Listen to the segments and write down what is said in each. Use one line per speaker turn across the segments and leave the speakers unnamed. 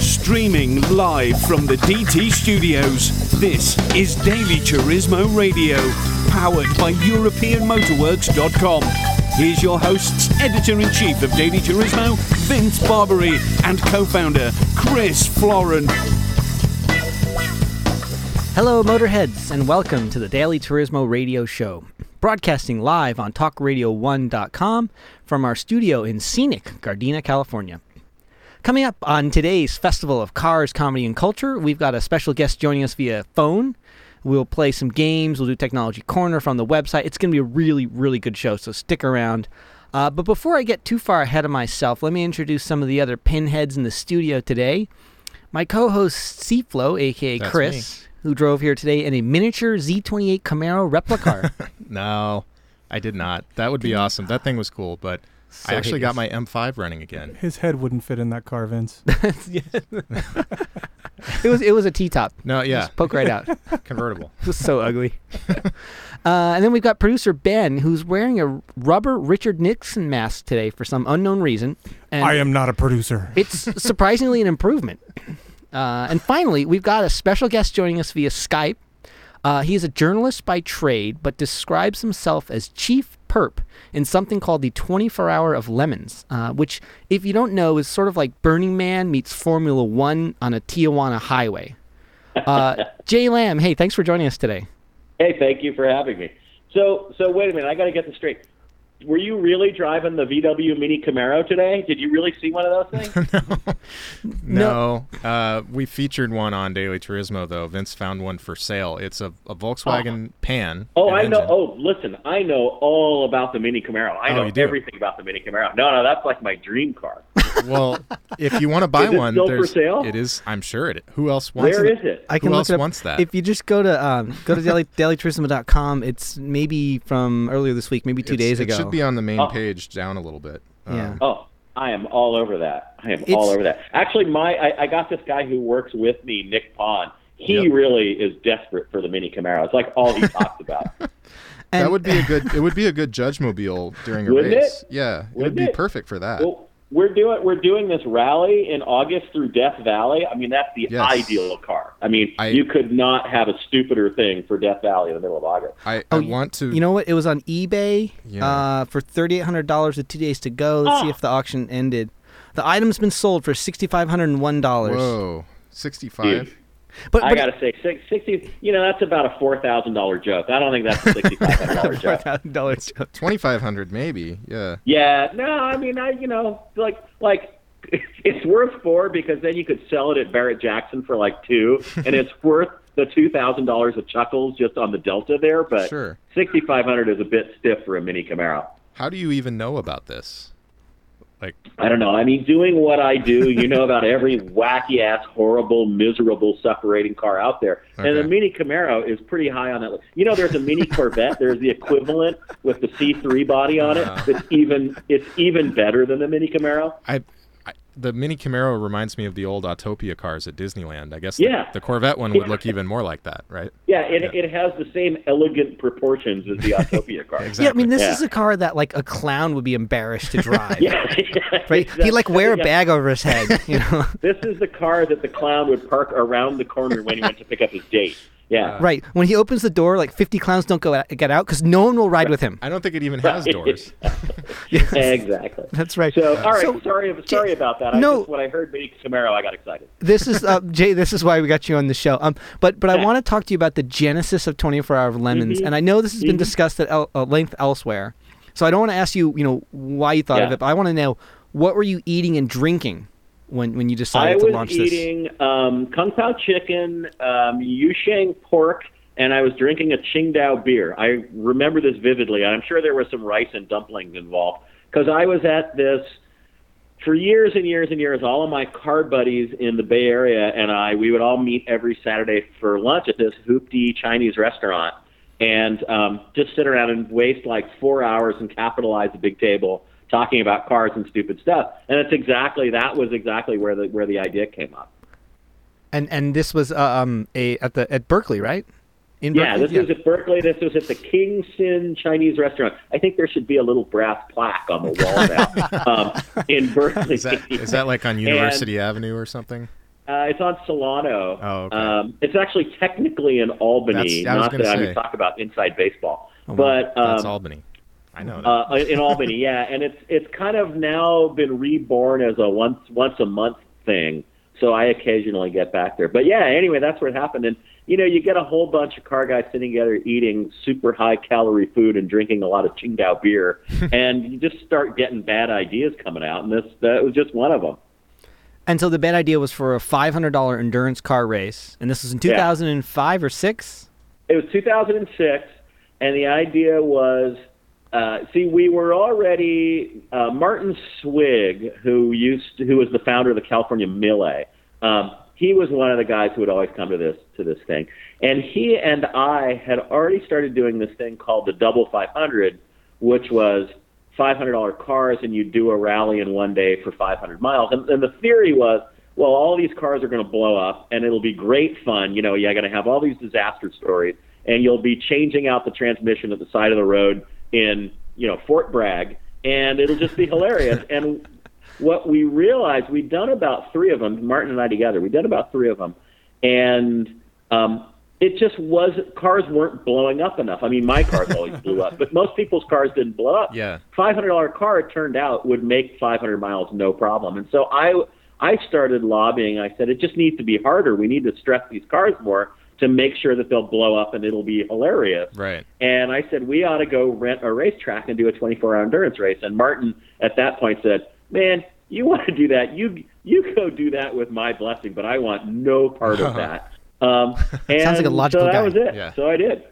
Streaming live from the DT studios, this is Daily Turismo Radio, powered by EuropeanMotorworks.com. Here's your hosts, editor in chief of Daily Turismo, Vince Barbary, and co founder, Chris Florin.
Hello, Motorheads, and welcome to the Daily Turismo Radio Show, broadcasting live on TalkRadio1.com from our studio in scenic Gardena, California. Coming up on today's Festival of Cars, Comedy, and Culture, we've got a special guest joining us via phone. We'll play some games, we'll do Technology Corner from the website. It's going to be a really, really good show, so stick around. Uh, but before I get too far ahead of myself, let me introduce some of the other pinheads in the studio today. My co host, Seaflow, aka
That's
Chris, who drove here today in a miniature Z28 Camaro replica car.
No, I did not. That would be awesome. That thing was cool, but I actually got my M5 running again.
His head wouldn't fit in that car, Vince.
it was it was a T top.
No, yeah,
Poke right out.
convertible.
It was so ugly. uh, and then we've got producer Ben, who's wearing a rubber Richard Nixon mask today for some unknown reason. And
I am not a producer.
it's surprisingly an improvement. Uh, and finally, we've got a special guest joining us via Skype. Uh, he is a journalist by trade, but describes himself as chief perp in something called the 24 Hour of Lemons, uh, which, if you don't know, is sort of like Burning Man meets Formula One on a Tijuana highway. Uh, Jay Lamb, hey, thanks for joining us today.
Hey, thank you for having me. So, so wait a minute. I got to get this straight. Were you really driving the VW Mini Camaro today? Did you really see one of those things?
No, uh, we featured one on Daily Turismo though. Vince found one for sale. It's a, a Volkswagen Pan.
Oh,
and
I know.
engine.
Oh, listen, I know all about the Mini Camaro. I
Oh,
know
you do?
everything about the Mini Camaro. No, no, that's like my dream car.
Well, if you want to buy
Is it
one,
still for
there's-
sale?
it is. I'm sure it. Who else wants
Where
it?
is it?
I can
Who
look
else
it up.
wants that?
If you just go to um, go to daily, dailytrism.com, it's maybe from earlier this week, maybe two
It's-
days
it
ago.
should be on the main
Oh.
page down a little bit. Uh,
Yeah.
Oh, I am all over that. I am
It's-
all over that. Actually, my I, I got this guy who works with me, Nick Pond. He
Yep.
really is desperate for the Mini Camaro. It's like all he talks about.
that
And-
would be a good. It would be a good judge mobile during a
Wouldn't it?
race. Yeah, it would
Wouldn't
be
it?
perfect for that.
Well, we're doing we're doing this rally in August through Death Valley. I mean, that's the
Yes.
ideal car. I mean,
I-
you could not have a stupider thing for Death Valley in the middle of August.
I,
Oh,
I
you-
want to.
You know what? It was on eBay
Yeah.
uh, for thirty eight hundred dollars with two days to go. Let's see
Ah.
if the auction ended. The item's been sold for sixty five hundred and one dollars.
Whoa, sixty-five.
Dude,
But,
I
but
gotta say, six, sixty. You know, that's about a four thousand dollar joke. I don't think that's a sixty five hundred dollar joke.
dollars.
Twenty-five hundred, maybe. Yeah.
Yeah, no, I mean, I you know, like like it's worth four because then you could sell it at Barrett Jackson for like two, and it's worth the two thousand dollars of chuckles just on the Delta there. But
Sure.
sixty five hundred is a bit stiff for a Mini Camaro.
How do you even know about this? Like,
I don't know. I mean, doing what I do, you know about every wacky ass, horrible, miserable, separating car out there. And the
Okay.
Mini Camaro is pretty high on that list. You know, there's a Mini Corvette. there's the equivalent with the C3 body on it. That's even it's even better than the Mini Camaro.
I, I the Mini Camaro reminds me of the old Autopia cars at Disneyland. I guess the,
Yeah.
the Corvette one would look even more like that, right?
Yeah, it it has the same elegant proportions as the Autopia car.
Exactly.
Yeah, I mean, this
Yeah.
is a car that like a clown would be embarrassed to drive.
Yeah,
Right? He'd like wear a
Yeah.
bag over his head. You know.
This is the car that the clown would park around the corner when he went to pick up his date. Yeah.
right. When he opens the door, like fifty clowns don't go out, get out because no one will ride with him.
I don't think it even has doors.
exactly.
That's right.
So, all right.
So-
sorry, sorry about that. I
No.
just, when I heard Benny Camaro, I got excited.
this is uh, Jay. This is why we got you on the show. Um, but but I want to talk to you about the genesis of 24 Hour Lemons,
Mm-hmm.
and I know this has been discussed at el- uh, length elsewhere. So I don't want to ask you, you know, why you thought of
Yeah.
it, but I want to know what were you eating and drinking when when you
I
decided to
was
launch this?
eating um, kung pao chicken, um, yusheng pork, and I was drinking a Qingdao beer. I remember this vividly, and I'm sure there was some rice and dumplings involved because I was at this for years and years and years. All of my car buddies in the Bay Area and I, we would all meet every Saturday for lunch at this hoopty Chinese restaurant. And um, just sit around and waste like four hours and capitalize a big table talking about cars and stupid stuff. And it's exactly that was exactly where the where the idea came up.
And and this was uh, um a at the at Berkeley, right? In
Yeah,
Berkeley?
this was at Berkeley. This was at the King Sin Chinese restaurant. I think there should be a little brass plaque on the wall now um, in Berkeley.
Is that is that like on University Avenue or something?
Uh, it's on Solano.
Oh, okay.
um, it's actually technically in Albany.
That's- I was
not
gonna
that I
say.
would talk about inside baseball,
Oh,
but
wow. that's
um,
Albany. I know. That.
uh, in Albany, yeah, and it's it's kind of now been reborn as a once once a month thing. So I occasionally get back there, but yeah. Anyway, that's what happened, and you know, you get a whole bunch of car guys sitting together eating super high calorie food and drinking a lot of Qingdao beer, and you just start getting bad ideas coming out, and this that was just one of them.
And so the bad idea was for a $500 endurance car race, and this was in 2005 or six.
It was 2006, and the idea was, uh, see, we were already uh, Martin Swig, who used to, who was the founder of the California Melee. Um, he was one of the guys who would always come to this to this thing, and he and I had already started doing this thing called the Double 500, which was $500 cars and you do a rally in one day for 500 miles. And, and the theory was, well, all these cars are going to blow up and it'll be great fun. You know, you're going to have all these disaster stories and you'll be changing out the transmission at the side of the road in, you know, Fort Bragg and it'll just be hilarious. And what we realized, we'd done about three of them, Martin and I together, we'd done about three of them. And um, it just was cars weren't blowing up enough. I mean, my cars always blew up, but most people's cars didn't blow up.
Yeah.
five hundred dollar car it turned out would make five hundred miles no problem. And so I I started lobbying. I said it just needs to be harder. We need to stress these cars more to make sure that they'll blow up and it'll be hilarious.
Right.
And I said, we ought to go rent a racetrack and do a 24 hour endurance race. And Martin at that point said, man, you want to do that? You you go do that with my blessing, but I want no part of that. Um, and
Uh-huh. Sounds like a logical
so that
guy.
was it.
Yeah.
So I did.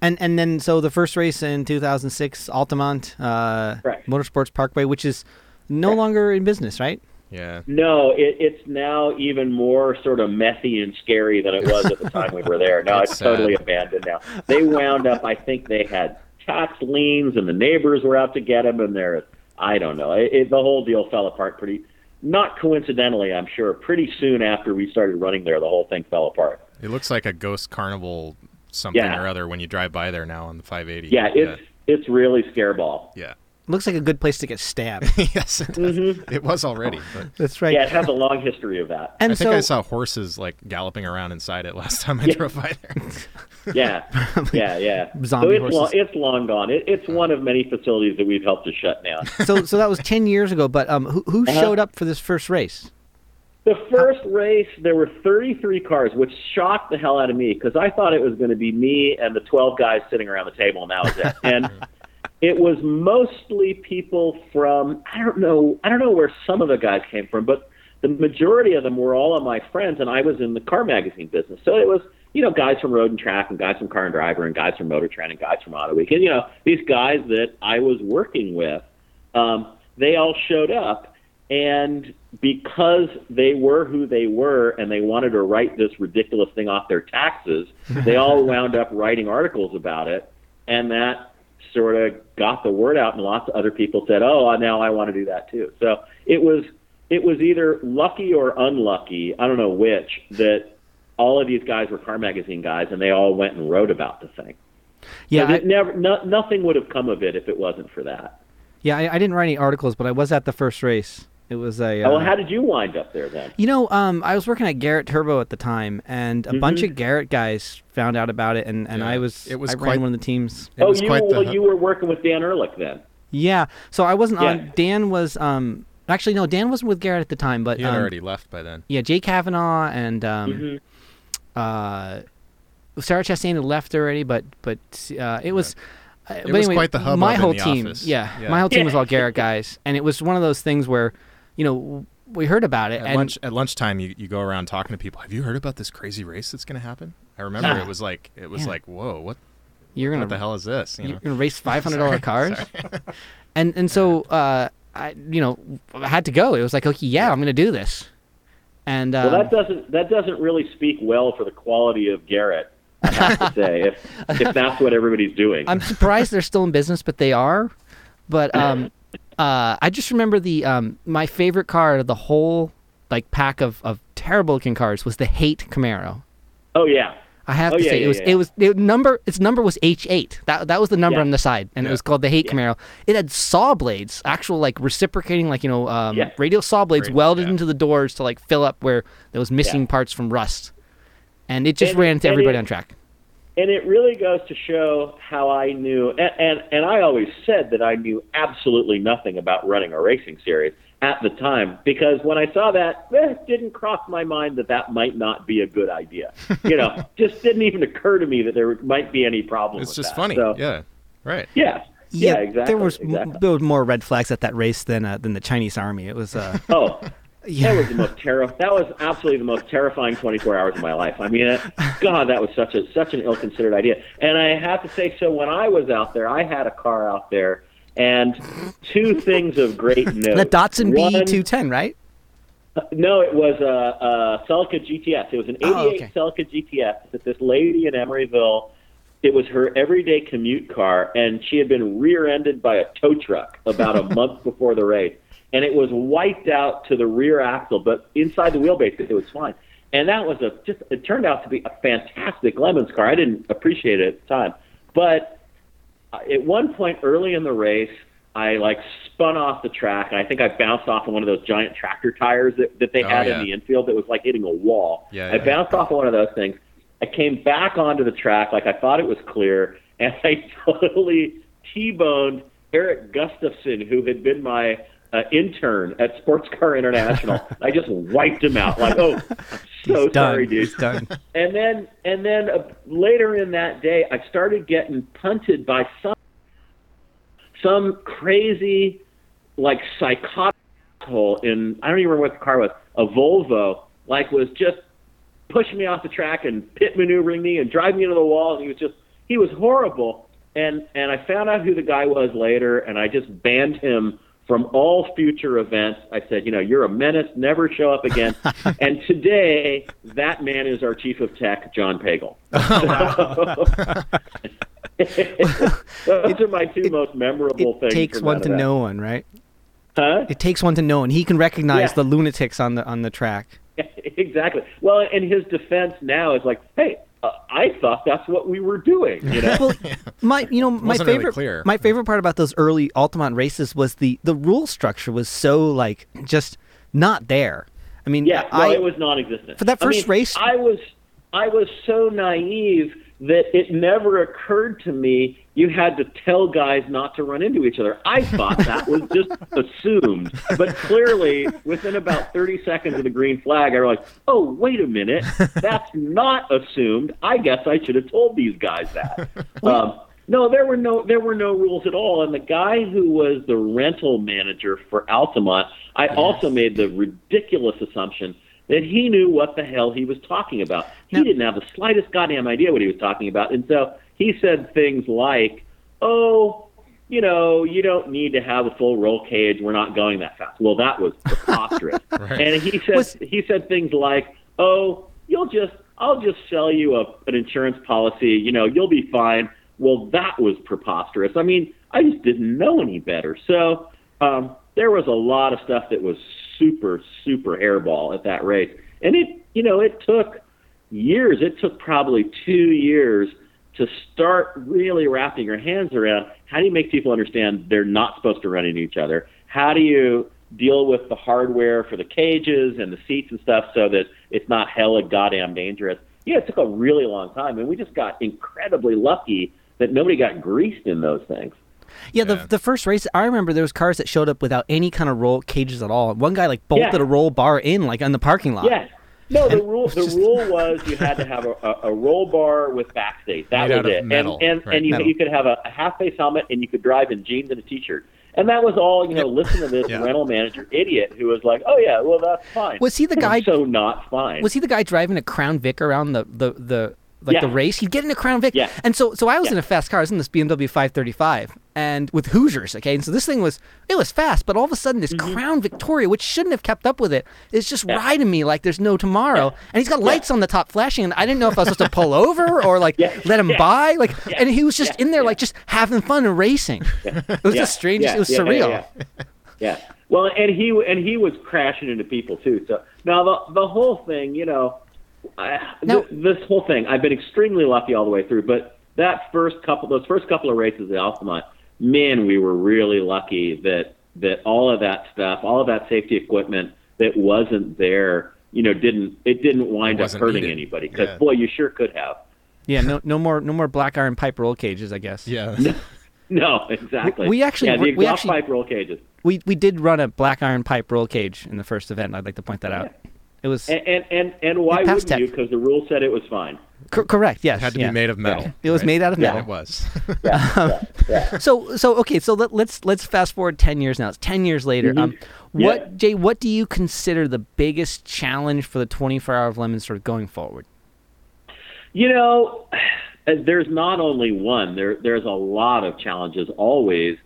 And and then so the first race in 2006, Altamont uh,
Correct.
Motorsports Parkway, which is no longer in business, right?
Yeah.
No, it, it's now even more sort of messy and scary than it was at the time we were there. No,
That's
it's
sad.
totally abandoned now. They wound up, I think they had tax liens, and the neighbors were out to get them, and they're, I don't know. It, it, the whole deal fell apart pretty, not coincidentally, I'm sure. Pretty soon after we started running there, the whole thing fell apart.
It looks like a ghost carnival something
Yeah.
or other when you drive by there now on the 580.
Yeah, it's it's really scareball.
yeah.
Looks like a good place to get stabbed.
yeah. yes, it, does.
Mm-hmm.
it was already. But
That's right.
Yeah, it has a long history of that.
And
I think
so
I saw horses like galloping around inside it last time I drove by there.
Yeah, yeah, yeah.
Zombie
so it's
horses.
long, it's long gone. It, it's one of many facilities that we've helped to shut down.
so so that was 10 years ago, but um who
Uh-huh.
who showed up for this first race?
The first race, there were 33 cars, which shocked the hell out of me because I thought it was going to be me and the 12 guys sitting around the table, and that was it. and it was mostly people from I don't know I don't know where some of the guys came from, but the majority of them were all of my friends, and I was in the car magazine business, so it was you know guys from Road and Track, and guys from Car and Driver, and guys from Motor Trend, and guys from Auto Week, and you know these guys that I was working with um, they all showed up. And because they were who they were and they wanted to write this ridiculous thing off their taxes, they all wound up writing articles about it. And that sort of got the word out, and lots of other people said, Oh, now I want to do that too. So it was. It was either lucky or unlucky, I don't know which, that all of these guys were car magazine guys and they all went and wrote about the thing.
Yeah,
But
I-
it never, no, nothing would have come of it if it wasn't for that.
Yeah, I, I didn't write any articles, but I was at the first race. It was a. Uh,
Oh, Well, how did you wind up there then?
you know, um, I was working at Garrett Turbo at the time, and a bunch
Mm-hmm.
of Garrett guys found out about it, and, and
Yeah,
I was
it was
I
quite-
ran one of the teams.
It
oh,
was
you
quite the
well,
hu-
you were working with Dan Ehrlich then.
Yeah, so I wasn't
Yeah.
on. Dan was um actually no, Dan wasn't with Garrett at the time, but
He had
um,
already left by then.
yeah, Jay Kavanaugh and um,
Mm-hmm.
uh, Sarah Chastain had left already, but but uh, it was. uh, but
was
anyway,
quite the hubbub
my
in
whole
the
team,
office.
yeah,
Yeah.
my whole team was
Yeah.
all Garrett guys, and it was one of those things where, you know, w- we heard about it,
At
and
lunch at lunchtime you, you go around talking to people. Have you heard about this crazy race that's going to happen? I remember
Yeah.
it was like it was
Yeah.
like, "Whoa, what
you're gonna
what the hell is this?" You know.
you're gonna race five hundred dollar cars, and and so uh, I you know I had to go. It was like okay, yeah, I'm gonna do this, and um,
Well, that doesn't that doesn't really speak well for the quality of Garrett. I have to say, if if that's what everybody's doing.
I'm surprised they're still in business, but they are. But um, uh, I just remember the um, my favorite car out of the whole like pack of, of terrible looking cars was the Hate Camaro.
oh yeah,
I have
Oh,
to
yeah,
say
yeah,
it was
yeah,
it was it, number its number was H eight. That that was the number
Yeah.
on the side, and it was called the Hate Camaro. It had saw blades, actual like reciprocating, like you know, um,
Yeah.
radial saw blades
Great,
welded
yeah.
into the doors to like fill up where there was missing parts from rust, and it just
And-
ran into
and
everybody
it-
on track.
And it really goes to show how I knew, and, and, and I always said that I knew absolutely nothing about running a racing series at the time because when I saw that, eh, it didn't cross my mind that that might not be a good idea. You know, just didn't even occur to me that there might be any problem.
It's
with
just
that.
funny.
So,
Yeah. Right.
yeah. Yeah, exactly.
There was m-
exactly.
there was more red flags at that race than uh, than the Chinese army. It was uh,
Oh,
Yeah.
that was the most terri- That was absolutely the most terrifying 24 hours of my life. I mean, it, God, that was such a such an ill-considered idea. And I have to say, so when I was out there, I had a car out there, and two things of great note.
the Datsun
One-
BE two ten, right?
No, it was a, a Celica GTS. It was an 88
Oh, okay.
Celica GTS that this lady in Emeryville. It was her everyday commute car, and she had been rear-ended by a tow truck about a month before the race, and it was wiped out to the rear axle, but inside the wheelbase, it was fine. And that was a just. It turned out to be a fantastic Lemons car. I didn't appreciate it at the time, but Uh, at one point early in the race, I like spun off the track, and I think I bounced off of one of those giant tractor tires that, that they
Oh,
had
yeah.
in the infield that was like hitting a wall.
Yeah,
I
yeah.
bounced off of one of those things. I came back onto the track like I thought it was clear, and I totally T-boned Eric Gustafson, who had been my uh, intern at Sports Car International. I just wiped him out. Like, oh, I'm so sorry, dude.
He's done.
And then, and then uh, later in that day, I started getting punted by some some crazy, like psychotic asshole in I don't even remember what the car was, a Volvo. Like was just pushing me off the track and pit maneuvering me and driving me into the wall. And he was just he was horrible. And and I found out who the guy was later, and I just banned him from all future events. I said, you know, you're a menace. Never show up again. and today, that man is our chief of tech, John Pagel.
Oh,
Those are my two most memorable
It
things.
takes
from
one
out
to
of that.
know one, right?
Huh?
It takes one to know one. He can recognize
Yeah.
the lunatics on the on the track.
exactly. Well, and his defense now is like, hey, uh, I thought that's what we were doing. You know?
well, my you know my
wasn't really
favorite
clear.
my favorite part about those early Altamont races was the the rule structure was so like just not there. I mean,
yeah, no,
I
it was non-existent
for that
I
first
mean,
race-
I was I was so naive that it never occurred to me you had to tell guys not to run into each other. I thought that was just assumed, but clearly within about 30 seconds of the green flag, I realized, oh wait a minute, that's not assumed. I guess I should have told these guys that. Um, no, there were no there were no rules at all. And the guy who was the rental manager for Altamont, I also made the ridiculous assumption that he knew what the hell he was talking about. He
Now-
didn't have the slightest goddamn idea what he was talking about. And so he said things like, oh, you know, you don't need to have a full roll cage. We're not going that fast. Well, that was preposterous. And he said
Was-
he said things like, oh, you'll just I'll just sell you a, an insurance policy. You know, you'll be fine. Well, that was preposterous. I mean, I just didn't know any better. So um, there was a lot of stuff that was super, super hairball at that race. And it, you know, it took years. It took probably two years to start really wrapping your hands around how do you make people understand they're not supposed to run into each other? How do you deal with the hardware for the cages and the seats and stuff so that it's not hella goddamn dangerous? Yeah, it took a really long time, and we just got incredibly lucky that nobody got greased in those things.
yeah, the
Yeah.
the first race I remember there was cars that showed up without any kind of roll cages at all. One guy like bolted
Yeah.
a roll bar in like on the parking lot.
Yes. No, the rule the rule was you had to have a, a, a roll bar with backstage. That
Made
was
out of
it.
metal,
and and,
right,
and you,
metal.
you could have a, a half face helmet and you could drive in jeans and a t shirt. And that was all, you know, listen to this
Yeah.
rental manager idiot who was like, Oh yeah, well that's fine.
Was he the
It
guy-
so not fine?
was he the guy driving a Crown Vic around the the the like the
Yeah.
race? He'd get in a Crown Vic,
Yeah.
and so so I was
Yeah.
in a fast car. I was in this BMW 535, and with Hoosiers, okay. And so this thing was it was fast, but all of a sudden this
Mm-hmm.
Crown Victoria, which shouldn't have kept up with it, is just riding me like there's no tomorrow. And he's got lights on the top flashing, and I didn't know if I was supposed to pull over or like
Yeah.
let him
Yeah.
by, like.
Yeah.
And he was just
Yeah.
in there
Yeah.
like just having fun and racing. It was the strangest.
yeah,
it was
yeah,
surreal.
Yeah, yeah. Yeah. Well, and he and he was crashing into people too. So now the the whole thing, you know, I,
Now-
th- this whole thing, I've been extremely lucky all the way through. But that first couple, those first couple of races at Altamont, man, we were really lucky that that all of that stuff, all of that safety equipment that wasn't there, you know, didn't it didn't wind up
Wasn't
hurting
needed.
anybody? Because
Yeah.
boy, you sure could have.
Yeah, no, no more, no more black iron pipe roll cages, I guess.
Yeah.
No, exactly.
we actually-
yeah, the
we
exhaust
actually-
pipe roll cages.
We we did run a black iron pipe roll cage in the first event. I'd like to point that out. It was
And and and, and why
Yeah, pass
wouldn't you?
tech.
Because the rule said it was fine.
cor- correct. Yes,
Had to
yeah.
be made of metal.
It was
right?
made out of
Yeah,
metal.
it was.
So so okay. So let, let's let's fast forward ten years now. It's ten years later. Um, what
Yeah.
Jay? What do you consider the biggest challenge for the twenty four hour of lemon sort of going forward?
You know, there's not only one. There, there's a lot of challenges always.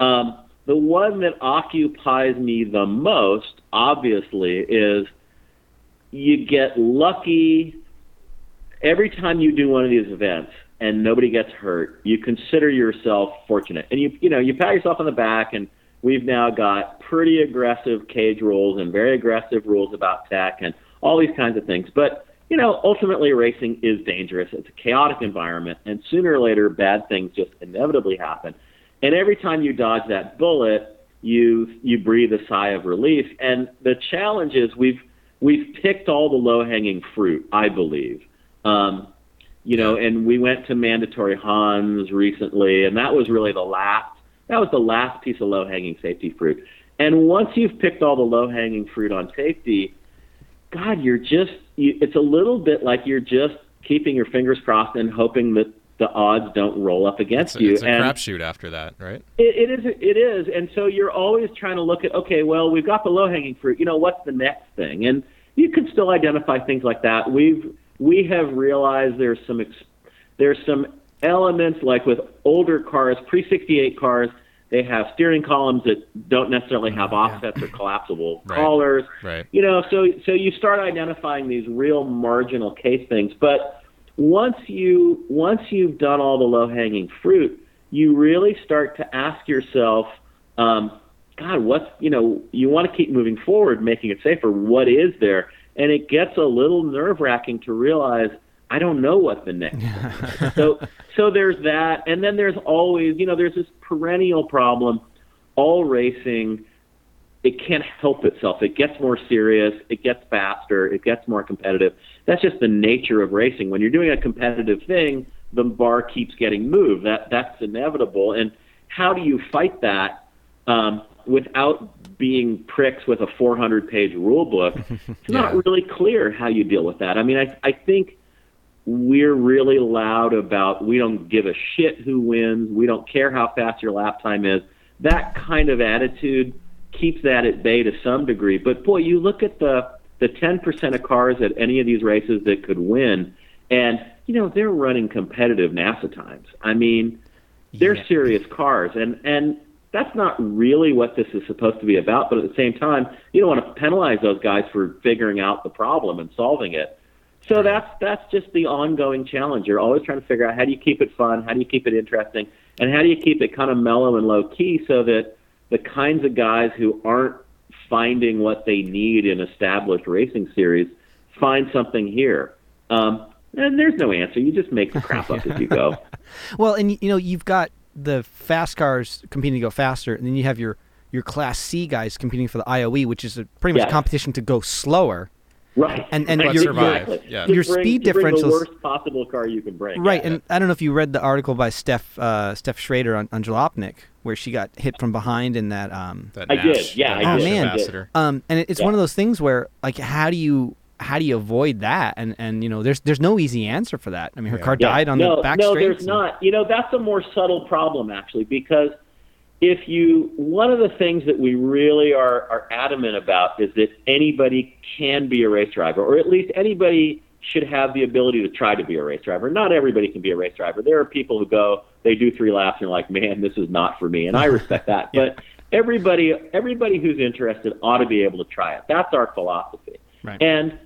Um, the one that occupies me the most, obviously, is you get lucky every time you do one of these events and nobody gets hurt. You consider yourself fortunate, and you you know you pat yourself on the back. And we've now got pretty aggressive cage rules and very aggressive rules about tech and all these kinds of things. But you know, ultimately, racing is dangerous. It's a chaotic environment, and sooner or later, bad things just inevitably happen. And every time you dodge that bullet, you you breathe a sigh of relief. And the challenge is we've we've picked all the low hanging fruit, I believe. Um, you know, and we went to mandatory Hans recently, and that was really the last that was the last piece of low hanging safety fruit. And once you've picked all the low hanging fruit on safety, God, you're just you, it's a little bit like you're just keeping your fingers crossed and hoping that the odds don't roll up against
It's a,
you.
it's a
and
crapshoot after that, right?
it, it is. It is. And so you're always trying to look at, okay, well, we've got the low hanging fruit. You know, what's the next thing? And you can still identify things like that. We've we have realized there's some ex, there's some elements like with older cars, pre 68 cars, they have steering columns that don't necessarily have offsets or collapsible
Right.
collars
Right.
you know so so you start identifying these real marginal case things but once you once you've done all the low hanging fruit you really start to ask yourself um, god what's you know you want to keep moving forward making it safer what is there and it gets a little nerve wracking to realize i don't know what the next thing is. so so there's that and then there's always you know there's this perennial problem all racing it can't help itself. It gets more serious, it gets faster, it gets more competitive. That's just the nature of racing. When you're doing a competitive thing, the bar keeps getting moved. That that's inevitable. And how do you fight that um, without being pricks with a 400-page rule book? It's
Yeah.
not really clear how you deal with that. I mean, I I think we're really loud about we don't give a shit who wins, we don't care how fast your lap time is. That kind of attitude keeps that at bay to some degree. But boy, you look at the the 10% of cars at any of these races that could win, and you know they're running competitive NASA times. I mean, they're
Yeah.
serious cars, and and that's not really what this is supposed to be about. But at the same time, you don't want to penalize those guys for figuring out the problem and solving it. So that's that's just the ongoing challenge. You're always trying to figure out how do you keep it fun, how do you keep it interesting, and how do you keep it kind of mellow and low key so that the kinds of guys who aren't finding what they need in established racing series find something here. Um, and there's no answer. You just make the crap up as you go.
Well, and y- you know you've got the fast cars competing to go faster, and then you have your your class C guys competing for the IOE, which is a, pretty much
Yeah.
a competition to go slower.
Right.
And- and
right.
your-
survive.
Exactly.
Yeah.
To
Your
bring-
speed
to bring
differentials-
the worst possible car you can bring.
Right,
Yeah.
and I don't know if you read the article by Steph uh, Steph Schrader on, on Jalopnik, where she got hit from behind in that. Um,
That
I
Nash,
did, yeah,
that
I
oh
did.
Nash
man,
ambassador.
um, and it, it's
Yeah.
one of those things where like, how do you how do you avoid that? And and you know, there's there's no easy answer for that. I mean, her car
Yeah.
died on
no,
the back
No,
straight.
there's not. You know, that's a more subtle problem actually, because if you, one of the things that we really are, are adamant about is that anybody can be a race driver, or at least anybody should have the ability to try to be a race driver. Not everybody can be a race driver. There are people who go, they do three laps and are like, man, this is not for me, and I respect that. But everybody, everybody who's interested ought to be able to try it. That's our philosophy.
Right.
And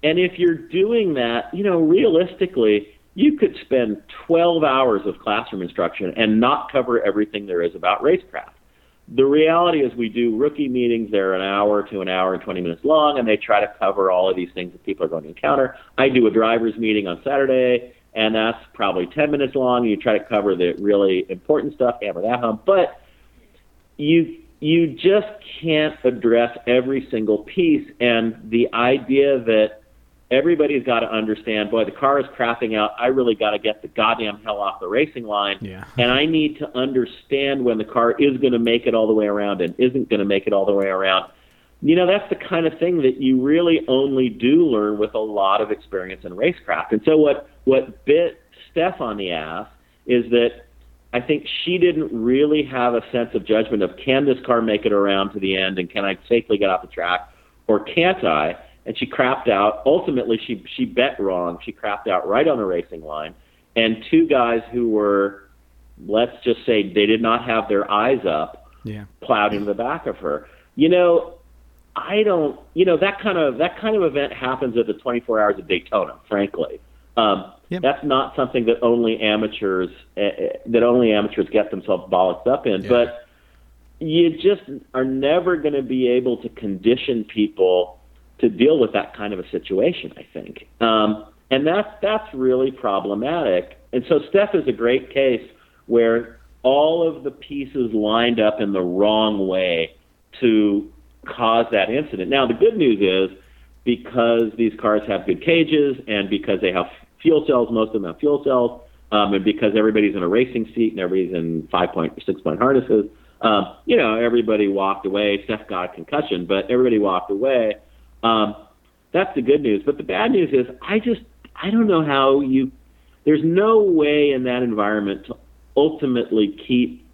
and if you're doing that, you know, realistically, you could spend 12 hours of classroom instruction and not cover everything there is about racecraft. the reality is we do rookie meetings. They're an hour to an hour and 20 minutes long, and they try to cover all of these things that people are going to encounter. I do a driver's meeting on Saturday, and that's probably 10 minutes long. You try to cover the really important stuff, hammer that home. But you you just can't address every single piece, and the idea that everybody's got to understand, boy, the car is crapping out. I really got to get the goddamn hell off the racing line.
Yeah.
And I need to understand when the car is going to make it all the way around and isn't going to make it all the way around. You know, that's the kind of thing that you really only do learn with a lot of experience in racecraft. And so what what bit Steph on the ass is that I think she didn't really have a sense of judgment of can this car make it around to the end and can I safely get off the track or can't I? And she crapped out. Ultimately, she she bet wrong. She crapped out right on the racing line, and two guys who were, let's just say, they did not have their eyes up,
Yeah.
plowed into the back of her. You know, I don't. You know that kind of that kind of event happens at the 24 hours of Daytona. Frankly, um,
Yep.
that's not something that only amateurs uh, that only amateurs get themselves bollocked up in.
Yeah.
But you just are never going to be able to condition people to deal with that kind of a situation. I think, um, and that's that's really problematic. And so Steph is a great case where all of the pieces lined up in the wrong way to cause that incident. Now the good news is because these cars have good cages and because they have fuel cells, most of them have fuel cells, um, and because everybody's in a racing seat and everybody's in five point, six point harnesses, um, you know, everybody walked away. Steph got a concussion, but everybody walked away. Um, that's the good news. But the bad news is, I just, I don't know how you, there's no way in that environment to ultimately keep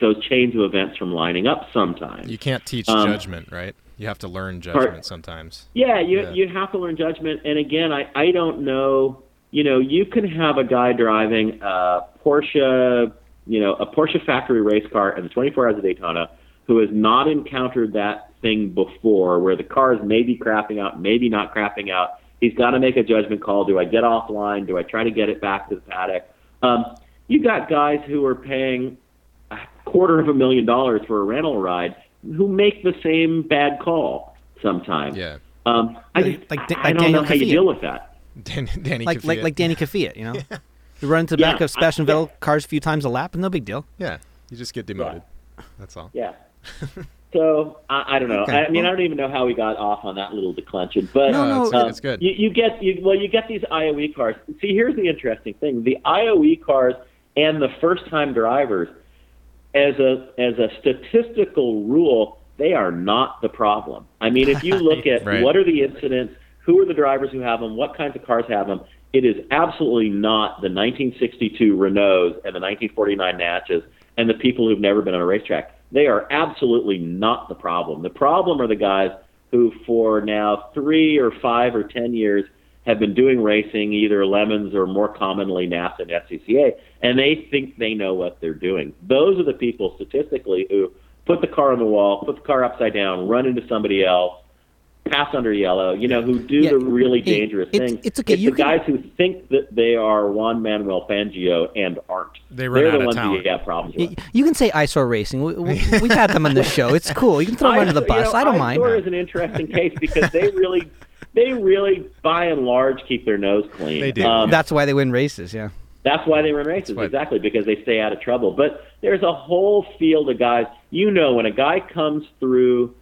those chains of events from lining up sometimes.
You can't teach
Um,
judgment, right? You have to learn judgment sometimes.
Yeah, you
Yeah.
you have to learn judgment. And again, I I don't know. You know, you can have a guy driving a Porsche, you know, a Porsche factory race car in the 24 Hours of Daytona, who has not encountered that thing before, where the car is maybe crapping out, maybe not crapping out. He's got to make a judgment call. Do I get offline? Do I try to get it back to the paddock? Um, you got guys who are paying a quarter of a million dollars for a rental ride who make the same bad call sometimes.
Yeah.
Um, I
Like-
just,
like Da-
I
like
don't
Daniel
know how you
Kvyat.
deal with that.
Dan- Danny
Like like
Kvyat.
like Danny Kafia, you know. You run into the back
Yeah,
of Sebastian
I-
Vettel cars a few times a lap, no big deal.
Yeah. You just get demoted. That's all.
Yeah. so I, I don't know.
Okay,
I mean,
well-
I don't even know how we got off on that little declension, but
No, no,
it's,
um,
good. it's good.
You, you get you, well, you get these IOE cars. See, here's the interesting thing: the IOE cars and the first-time drivers, as a as a statistical rule, they are not the problem. I mean, if you look at
Right.
what are the incidents, who are the drivers who have them, what kinds of cars have them, it is absolutely not the 1962 Renaults and the 1949 Natches and the people who've never been on a racetrack. They are absolutely not the problem. The problem are the guys who, for now three or five or ten years, have been doing racing, either lemons or more commonly NAFTA and FCCA, and they think they know what they're doing. Those are the people statistically who put the car on the wall, put the car upside down, run into somebody else, pass under yellow, you know, who do
Yeah,
the really
hey,
dangerous
it's-
things.
it's okay, you
the
can-
guys who think that they are Juan Manuel Fangio and aren't.
They run
They're
out
the
of
ones
talent.
who have problems
Y-
with.
You can say eyesore racing. We, we, we've had them on this show. It's cool. You can throw them under the
Eyesore- you
bus.
know,
I don't mind.
Eyesore is an interesting case because they really, they really, by and large, keep their nose clean.
They do.
Um,
That's why they win races. Yeah.
That's why they run races,
why-
exactly, because they stay out of trouble. But there's a whole field of guys. You know, when a guy comes through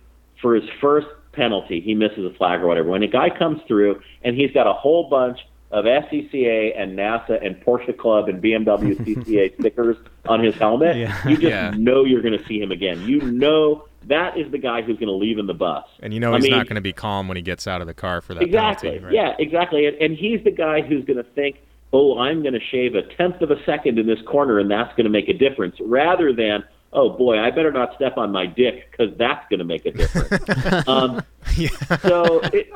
for his first penalty, he misses a flag or whatever. When a guy comes through and he's got a whole bunch of SCCA and NASA and Porsche Club and BMW CCA stickers on his helmet, you just
Yeah.
know you're going to see him again. You know that is the guy who's going to leave in the bus.
And you know
I
he's
mean,
not going to be calm when he gets out of the car for that
Exactly.
penalty. Right?
Yeah, exactly. And, and he's the guy who's going to think, oh, I'm going to shave a tenth of a second in this corner, and that's going to make a difference, rather than, oh boy, I better not step on my dick because that's going to make a difference. um, So it,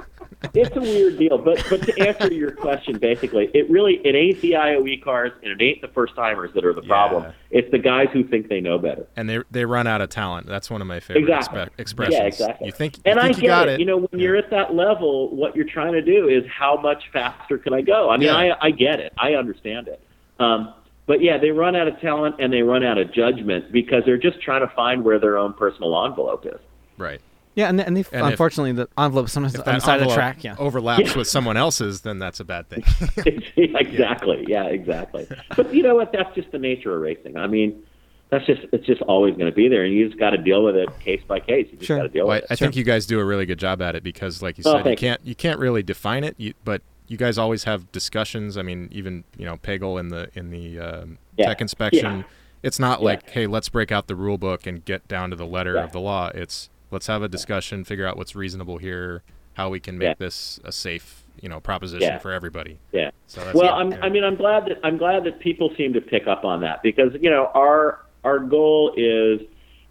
it's a weird deal. But but to answer your question, basically, it really it ain't the IOE cars and it ain't the first timers that are the problem. It's the guys who think they know better.
And they they run out of talent. That's one of my favorite
Exactly.
expe- expressions.
Yeah, exactly.
You think, you,
and I
think
get
you got
it.
it.
You know, when
Yeah.
you're at that level, what you're trying to do is how much faster can I go? I mean,
Yeah.
I, I get it. I understand it. Um, But yeah, they run out of talent and they run out of judgment because they're just trying to find where their own personal envelope is.
Right.
Yeah, and, and they
And if-
unfortunately the envelope sometimes
If
on the
that
side of the
envelope
track. Yeah,
overlaps with someone else's, then that's a bad thing.
exactly. Yeah. exactly. But you know what? That's just the nature of racing. I mean, that's just it's just always going to be there, and you just got to deal with it case by case. You just
Sure.
got to deal
Well, I,
with it.
I think you guys do a really good job at it because, like you
Oh,
said, you
thank you.
can't you can't really define it, you, but you guys always have discussions. I mean, even you know Pagel in the in the um,
Yeah.
tech inspection,
Yeah.
it's not like hey, let's break out the rule book and get down to the letter
Yeah.
of the law. It's let's have a discussion, figure out what's reasonable here, how we can make
Yeah.
this a safe you know proposition
Yeah.
for everybody.
Yeah.
So that's
well,
good,
I'm,
yeah.
I mean, I'm glad that I'm glad that people seem to pick up on that because you know our our goal is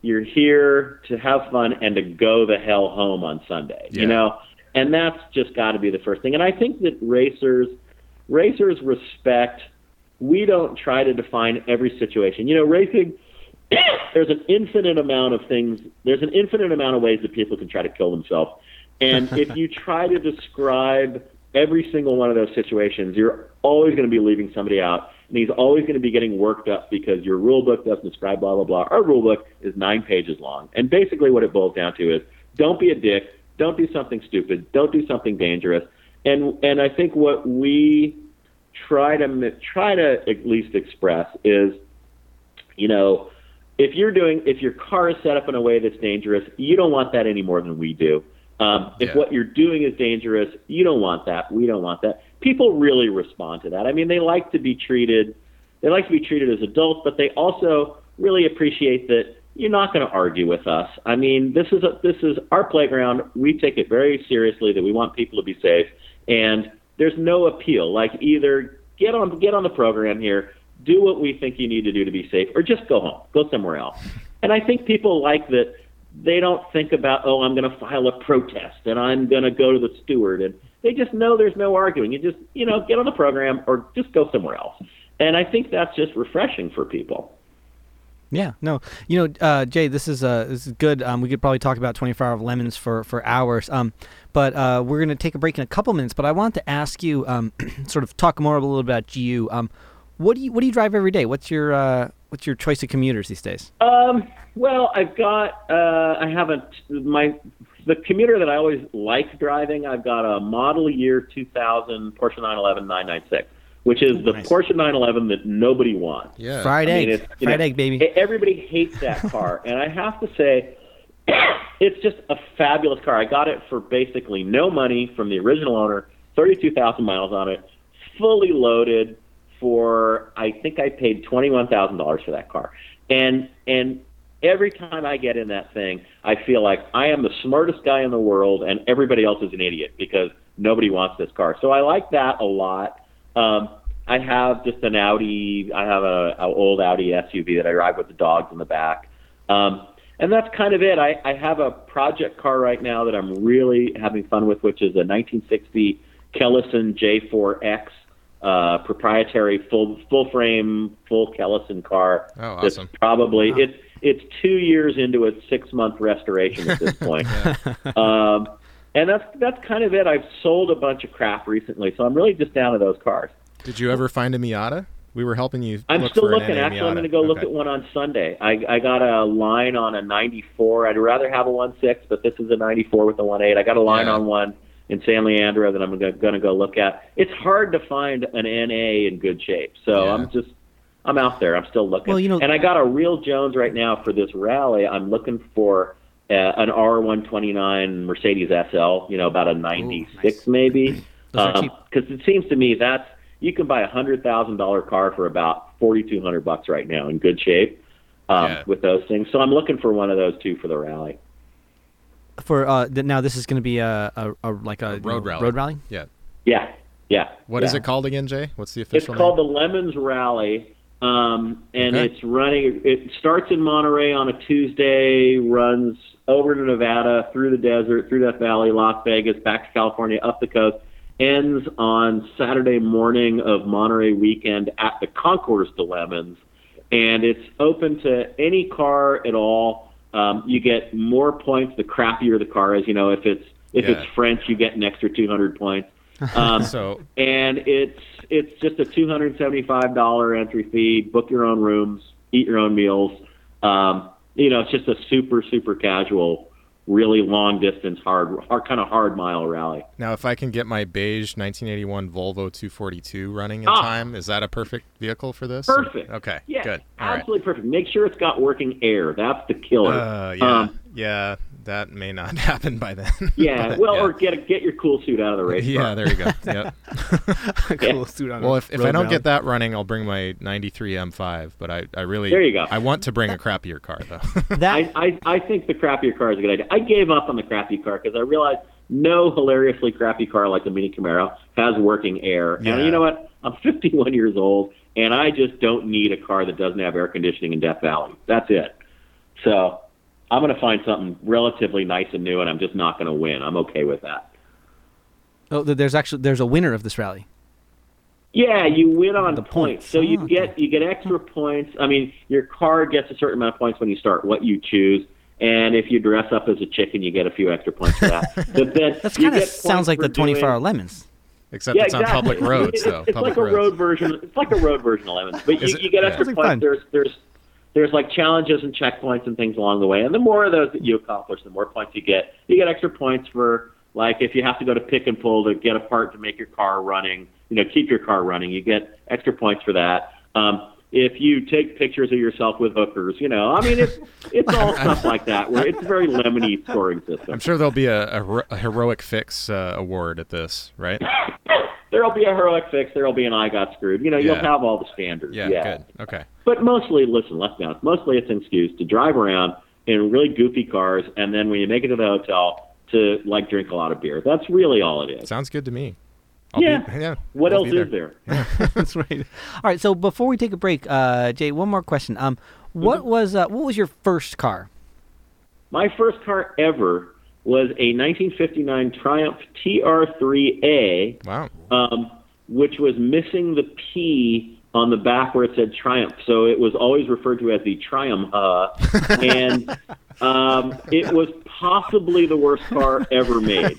you're here to have fun and to go the hell home on Sunday.
Yeah.
You know, and that's just got to be the first thing. And I think that racers racers respect. We don't try to define every situation. You know, racing. there's an infinite amount of things. There's an infinite amount of ways that people can try to kill themselves. And if you try to describe every single one of those situations, you're always going to be leaving somebody out. And he's always going to be getting worked up because your rule book doesn't describe blah, blah, blah. Our rule book is nine pages long. And basically, what it boils down to is don't be a dick, don't do something stupid, don't do something dangerous. And, and I think what we try to try to at least express is you know, if you're doing, if your car is set up in a way that's dangerous, you don't want that any more than we do. Um, if
Yeah.
what you're doing is dangerous, you don't want that. We don't want that. People really respond to that. I mean, they like to be treated, they like to be treated as adults, but they also really appreciate that you're not going to argue with us. I mean, this is a, this is our playground. We take it very seriously that we want people to be safe, and there's no appeal. Like either get on get on the program here, do what we think you need to do to be safe, or just go home, go somewhere else. And I think people like that. They don't think about oh, I'm going to file a protest and I'm going to go to the steward, and they just know there's no arguing. You just you know get on the program or just go somewhere else. And I think that's just refreshing for people.
yeah. No, you know, uh, Jay, this is uh, this is good. Um, we could probably talk about 24 hour of lemons for for hours. Um, but uh, we're gonna take a break in a couple minutes. But I want to ask you, um, sort of talk more a little about you. Um, what do you what do you drive every day? What's your uh, what's your choice of commuters these days?
Um, well, I've got uh, I haven't my the commuter that I always like driving. I've got a model year 2000 Porsche 911 996, which is the
Nice.
Porsche 911 that nobody wants.
yeah.
Fried
I mean,
egg,
it's, you know,
fried egg, baby.
e- Everybody hates that car, and I have to say, it's just a fabulous car. I got it for basically no money from the original owner. Thirty-two thousand miles on it, fully loaded. For I think I paid twenty-one thousand dollars for that car, and and every time I get in that thing, I feel like I am the smartest guy in the world, and everybody else is an idiot because nobody wants this car. So I like that a lot. Um, I have just an Audi. I have a, a old Audi SUV that I ride with the dogs in the back, um, and that's kind of it. I, I have a project car right now that I'm really having fun with, which is a 1960 Kellison J4X uh, proprietary full full frame full Kellison car.
Oh,
that's
awesome.
Probably it's it's two years into a six month restoration at this point. um, and that's that's kind of it. I've sold a bunch of crap recently, so I'm really just down to those cars.
Did you ever find a Miata? We were helping you.
I'm
look
still
for an
looking.
NA
Actually, I'm
Miata.
going to go look
E Okay.
at one on Sunday. I, I got a line on a 94. I'd rather have a one six, but this is a 94 with a one eight. I got a line
Yeah.
on one in San Leandro that I'm going to go look at. It's hard to find an NA in good shape, so
Yeah.
I'm just I'm out there. I'm still looking.
Well, you know-
and I got a real Jones right now for this rally. I'm looking for uh, an R129 Mercedes SL. You know, about a 96 maybe.
Those are
Um,
cheap.
because it seems to me that's you can buy a hundred thousand dollar car for about forty two hundred bucks right now in good shape um,
Yeah.
with those things. So I'm looking for one of those too for the rally.
For uh, th- now, this is gonna be a, a, a like a, you
road
know,
rally.
Road rally.
Yeah.
Yeah, yeah.
What is it called again, Jay? What's the
It's
official? name?
called the Lemons Rally, um, and
Okay.
it's running. It starts in Monterey on a Tuesday, runs over to Nevada, through the desert, through Death Valley, Las Vegas, back to California, up the coast. Ends on Saturday morning of Monterey weekend at the Concourse de Lemons, and it's open to any car at all. Um, you get more points the crappier the car is. You know, if it's if
Yeah.
it's French, you get an extra 200 points. Um,
So
and it's it's just a two hundred seventy five dollar entry fee. Book your own rooms, eat your own meals. Um, you know, it's just a super super casual, really long distance, hard, hard kind of hard mile rally.
now, if I can get my beige 1981 Volvo 242 running in
Ah.
time, is that a perfect vehicle for this?
Perfect.
Okay.
Yeah,
Good. All right.
absolutely perfect. Make sure it's got working air. That's the killer.
Uh, yeah.
Um,
yeah. That may not happen by then.
yeah.
But,
Well,
yeah.
or get a, get your cool suit out of the race.
yeah. There you go. Yep.
cool suit on.
Well,
a
if, if
road
I don't
rally.
get that running, I'll bring my 93 M5. But I, I really
There you go.
I want to bring a crappier car though.
that,
I, I, I think the crappier car is a good idea. I gave up on the crappy car because I realized no hilariously crappy car like the Mini Camaro has working air.
Yeah.
And you know what? I'm 51 years old, and I just don't need a car that doesn't have air conditioning in Death Valley. That's it. So I'm going to find something relatively nice and new, and I'm just not going to win. I'm okay with that.
oh, th- there's actually there's a winner of this rally.
Yeah, you win on
The
points.
points.
So you
Oh, okay.
get you get extra points. I mean, your car gets a certain amount of points when you start what you choose, and if you dress up as a chicken, you get a few extra points for that. but then
That's
you
kind of
get
sounds
points
like
for
the 24 hour
doing-
lemons.
Except
Yeah,
it's on
exactly.
public roads,
It's-
though.
It's
public
like a
roads.
road version. It's like a road version of lemons, but
Is
you,
it-
you get
yeah.
extra
Sounds like
points.
fun.
There's there's there's like challenges and checkpoints and things along the way, and the more of those that you accomplish, the more points you get. You get extra points for like if you have to go to pick and pull to get a part to make your car running, you know, keep your car running. You get extra points for that. Um, if you take pictures of yourself with hookers, you know, I mean, it's it's all stuff like that where it's a very lemony scoring system.
I'm sure there'll be a, a, hero- a heroic fix uh, award at this, right?
There'll be a heroic fix. There'll be an I got screwed. You know, you'll
Yeah.
have all the standards.
Yeah,
yeah.
good. Okay.
But mostly, listen, let's be honest, mostly it's an excuse to drive around in really goofy cars and then when you make it to the hotel to like drink a lot of beer. That's really all it is.
Sounds good to me. I'll
Yeah.
Be, yeah.
What
I'll
else
be
is there?
That's right. All right. So before we take a break, uh, Jay, one more question. Um, what was uh, what was your first car?
My first car ever was a 1959 Triumph TR3A,
Wow.
um, which was missing the P on the back where it said Triumph. So it was always referred to as the Triumph. Uh, and um, it was possibly the worst car ever made.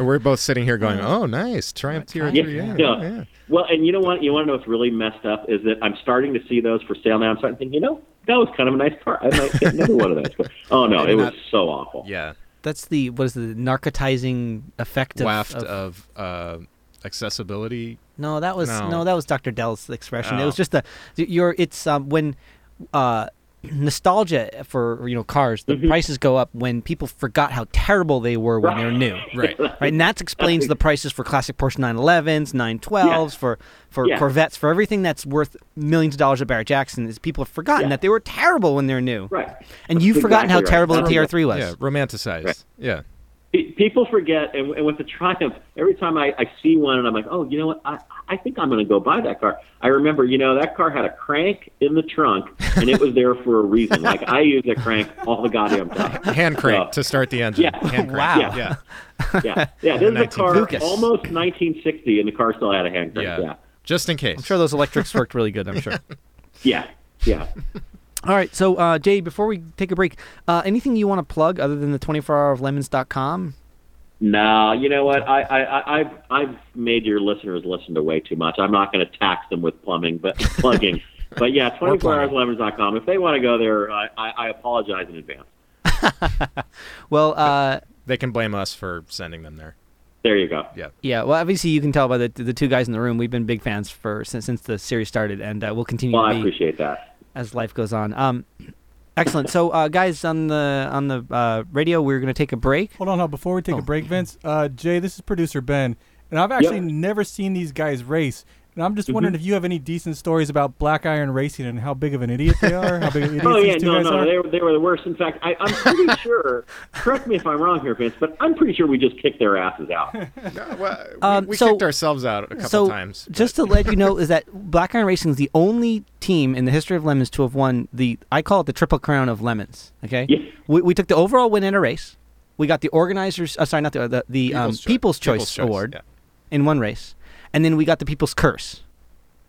We're both sitting here going, oh, nice. Triumph tier
Yeah,
three. Yeah.
yeah.
yeah.
Well, and you know what? You want to know what's really messed up is that I'm starting to see those for sale now. I'm starting to think, you know, that was kind of a nice car. I might get another one of those. But, oh no,
Maybe
it was
not-
so awful.
Yeah.
That's the what is the narcotizing effect of,
Waft
of-
of uh, accessibility.
No, that was no,
No.
that was Dr. Dell's expression. It
Oh.
was just a your it's um, when uh, nostalgia for you know cars,
Mm-hmm.
the prices go up when people forgot how terrible they were when they were new.
Right.
Right, and that explains the prices for classic Porsche 911s, 912s, for for
Yeah.
Corvettes, for everything that's worth millions of dollars at Barrett Jackson. Is people have forgotten
Yeah.
that they were terrible when they're new,
Right.
And you've
That's
forgotten how
exactly right. Uh-huh.
terrible the
That's
TR3 was.
Yeah. Romanticized.
Right.
Yeah.
Pe- People forget, and, and with the Triumph, every time I, I see one and I'm like, oh, you know what? I, I think I'm going to go buy that car. I remember, you know, that car had a crank in the trunk, and it was there for a reason. Like, I use a crank all the goddamn time.
Hand crank
Yeah.
to start the engine.
Yeah.
Hand crank.
Wow.
Yeah. yeah.
Yeah. Yeah, this is a
19
car
Lucas.
almost 1960, and the car still had a hand crank. Yeah.
Just in case.
I'm sure those electrics worked really good. I'm sure.
Yeah. Yeah.
All right, so uh, Jay, before we take a break, uh, anything you want to plug other than the 24houroflemons.com?
No, you know what? I, I, I, I've I've made your listeners listen to way too much. I'm not going to tax them with plumbing, but plugging. but yeah, 24hourslemons.com. If they want to go there, I, I, I apologize in advance.
Well, uh,
They can blame us for sending them there.
There you go.
Yeah.
yeah, well, obviously you can tell by the the two guys in the room. We've been big fans for since, since the series started, and uh, we'll continue
Well, I
to be
appreciate that.
as life goes on. Um, excellent. So, uh, guys on the on the uh, radio, we're going to take a break.
Hold on, hold on. Before we take
Oh.
a break, Vince, uh, Jay, this is producer Ben, and I've actually never seen these guys race. And
Mm-hmm.
I'm just wondering if you have any decent stories about Black Iron Racing and how big of an idiot they are, how big of idiots
Oh yeah,
these two
no,
guys
no,
are.
they were, they were the worst. In fact, I, I'm pretty sure. Correct me if I'm wrong here, Vince, but I'm pretty sure we just kicked their asses out.
Uh, Well, we,
Um,
we
so-
kicked ourselves out a couple
so,
times. but-
just to let you know, is that Black Iron Racing is the only team in the history of lemons to have won the I call it the triple crown of lemons. Okay,
Yeah.
we, we took the overall win in a race. We got the organizers, uh, sorry, not the the, the um,
People's Choice.
People's Choice
People's Choice,
Award
yeah.
in one race, and then we got the People's Curse.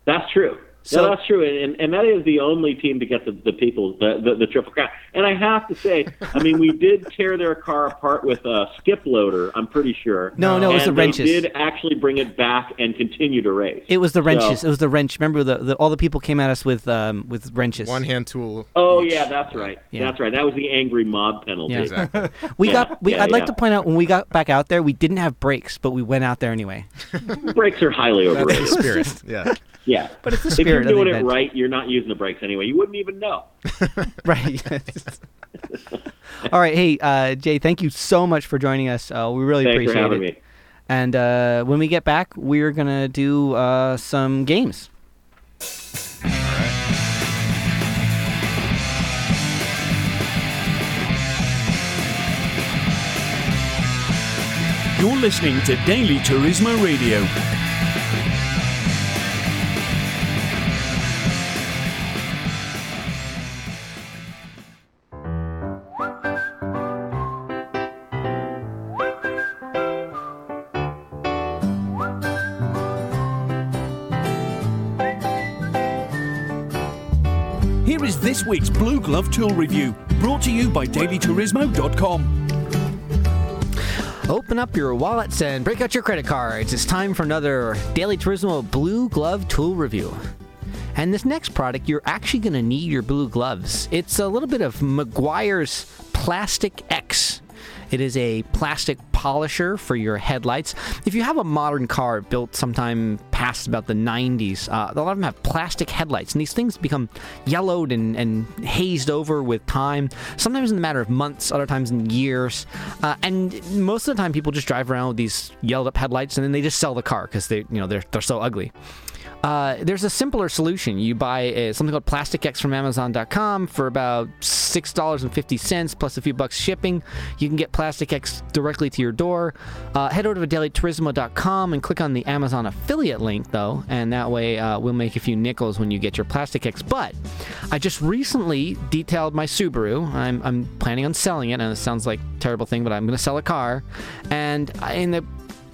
That's true.
So
no, that's true, and, and that is the only team to get the the people the, the the triple crown. And I have to say, I mean, we did tear their car apart with a skip loader. I'm pretty sure.
No, no, it was
and
the wrenches.
They did actually bring it back and continue to race.
it was the wrenches.
So-
It was the wrench. Remember the, the all the people came at us with um with wrenches.
One hand tool.
oh
each.
yeah, that's right.
Yeah.
That's right. That was the angry mob penalty.
Yeah.
Exactly.
We
Yeah,
got. We,
yeah,
I'd like
yeah.
to point out when we got back out there, we didn't have brakes, but we went out there anyway.
Brakes are highly
That's the
overrated.
spirit. Yeah.
yeah, but
it's the
if you're
spirit of the
doing it
event.
right, you're not using the brakes anyway. You wouldn't even know.
right. yes. All right. Hey, uh, Jay, thank you so much for joining us. Uh, we really
Thanks
appreciate
for having
it.
me.
And uh, when we get back, we're gonna do uh, some games.
You're listening to Daily Turismo Radio. Here is this week's Blue Glove Tool Review, brought to you by DailyTurismo.com.
Open up your wallets and break out your credit cards. It's time for another Daily Turismo Blue Glove Tool Review. And this next product, you're actually going to need your blue gloves. It's a little bit of McGuire's Plastic X. It is a plastic polisher for your headlights. If you have a modern car built sometime past about the 90s, uh, a lot of them have plastic headlights, and these things become yellowed and, and hazed over with time, sometimes in the matter of months, other times in years. Uh, and most of the time, people just drive around with these yelled up headlights, and then they just sell the car because they, you know, they're, they're so ugly. Uh, there's a simpler solution. You buy uh something called Plastic X from Amazon.com for about six dollars and fifty cents plus a few bucks shipping. You can get Plastic X directly to your door. Uh, head over to DailyTurismo.com and click on the Amazon affiliate link though, and that way uh, we'll make a few nickels when you get your Plastic X. But I just recently detailed my Subaru. I'm, I'm planning on selling it, and it sounds like a terrible thing, but I'm going to sell a car. And I- in the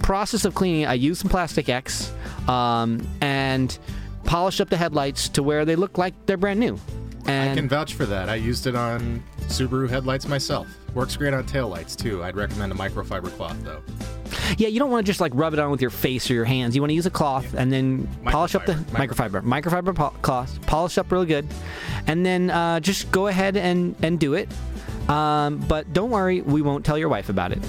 process of cleaning, I used some Plastic X um, and polished up the headlights to where they look like they're brand new.
I
And
can vouch for that. I used it on Subaru headlights myself. Works great on taillights, too. I'd recommend a microfiber cloth, though.
yeah, you don't want to just like rub it on with your face or your hands. You want to use a cloth and then polish up the microfiber,
Microfiber.
microfiber pol- cloth, polish up real good, and then uh, just go ahead and and do it. Um, but don't worry, we won't tell your wife about it.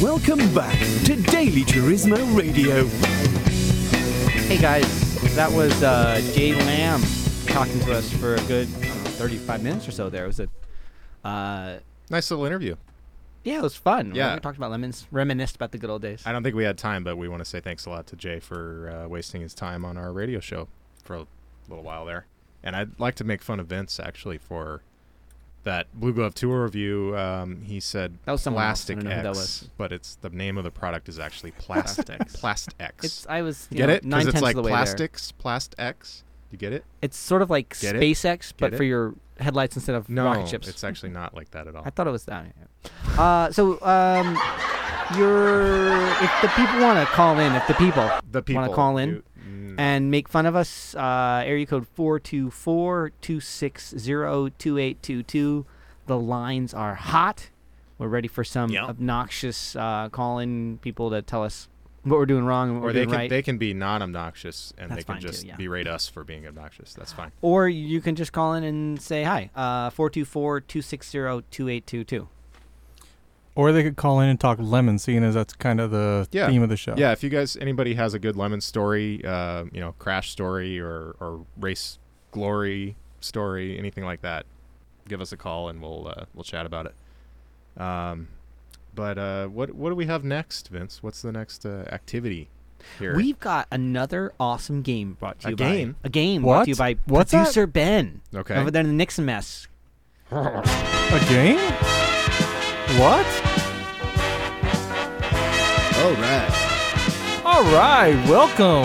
Welcome back to Daily Turismo Radio.
Hey guys, that was uh, Jay Lamb talking to us for a good I don't know, 35 minutes or so. There it was a. Uh,
Nice little interview.
Yeah, it was fun.
Yeah.
we talked about lemons, reminisced about the good old days.
I don't think we had time, but we want to say thanks a lot to Jay for uh, wasting his time on our radio show for a little while there. And I'd like to make fun of Vince actually for that Blue Glove Tour review. Um, he said
That was someone else. I
Plastic
don't know who
X,
that was.
but it's the name of the product is actually Plastic Plast X.
It's I was you
get
know,
it?
nine
Because
tenths
it's like
of the way there.
plastics, Plast X. You get it?
It's sort of like
Get it?
SpaceX, but
Get
for
it?
your headlights instead of
No,
rocket ships.
it's actually not like that at all.
I thought it was that. Uh, so um, you're if the people want to call in, if the people
the people
want to call in
you- Mm.
and make fun of us, uh, area code four two four two six zero two eight two two. The lines are hot. We're ready for some
Yeah.
obnoxious uh, call-in people to tell us what we're doing wrong and what
or
we're
they
doing
can
right.
they can be non obnoxious and
That's
they
fine
can
too,
just
yeah.
berate us for being obnoxious. That's fine.
Or you can just call in and say hi. Uh, 424-260-2822.
Or they could call in and talk lemon, seeing as that's kind of the
Yeah.
theme of the show.
Yeah, if you guys anybody has a good lemon story, uh, you know, crash story or or race glory story, anything like that, give us a call and we'll uh, we'll chat about it. Um, but uh, what what do we have next, Vince? What's the next uh, activity here?
We've got another awesome game brought to
A
you by
game?
a game brought
What?
to you by
What's that?
producer Ben.
Okay.
Over there in the Nixon mess.
A game? What?
Oh,
All right.
All right, welcome.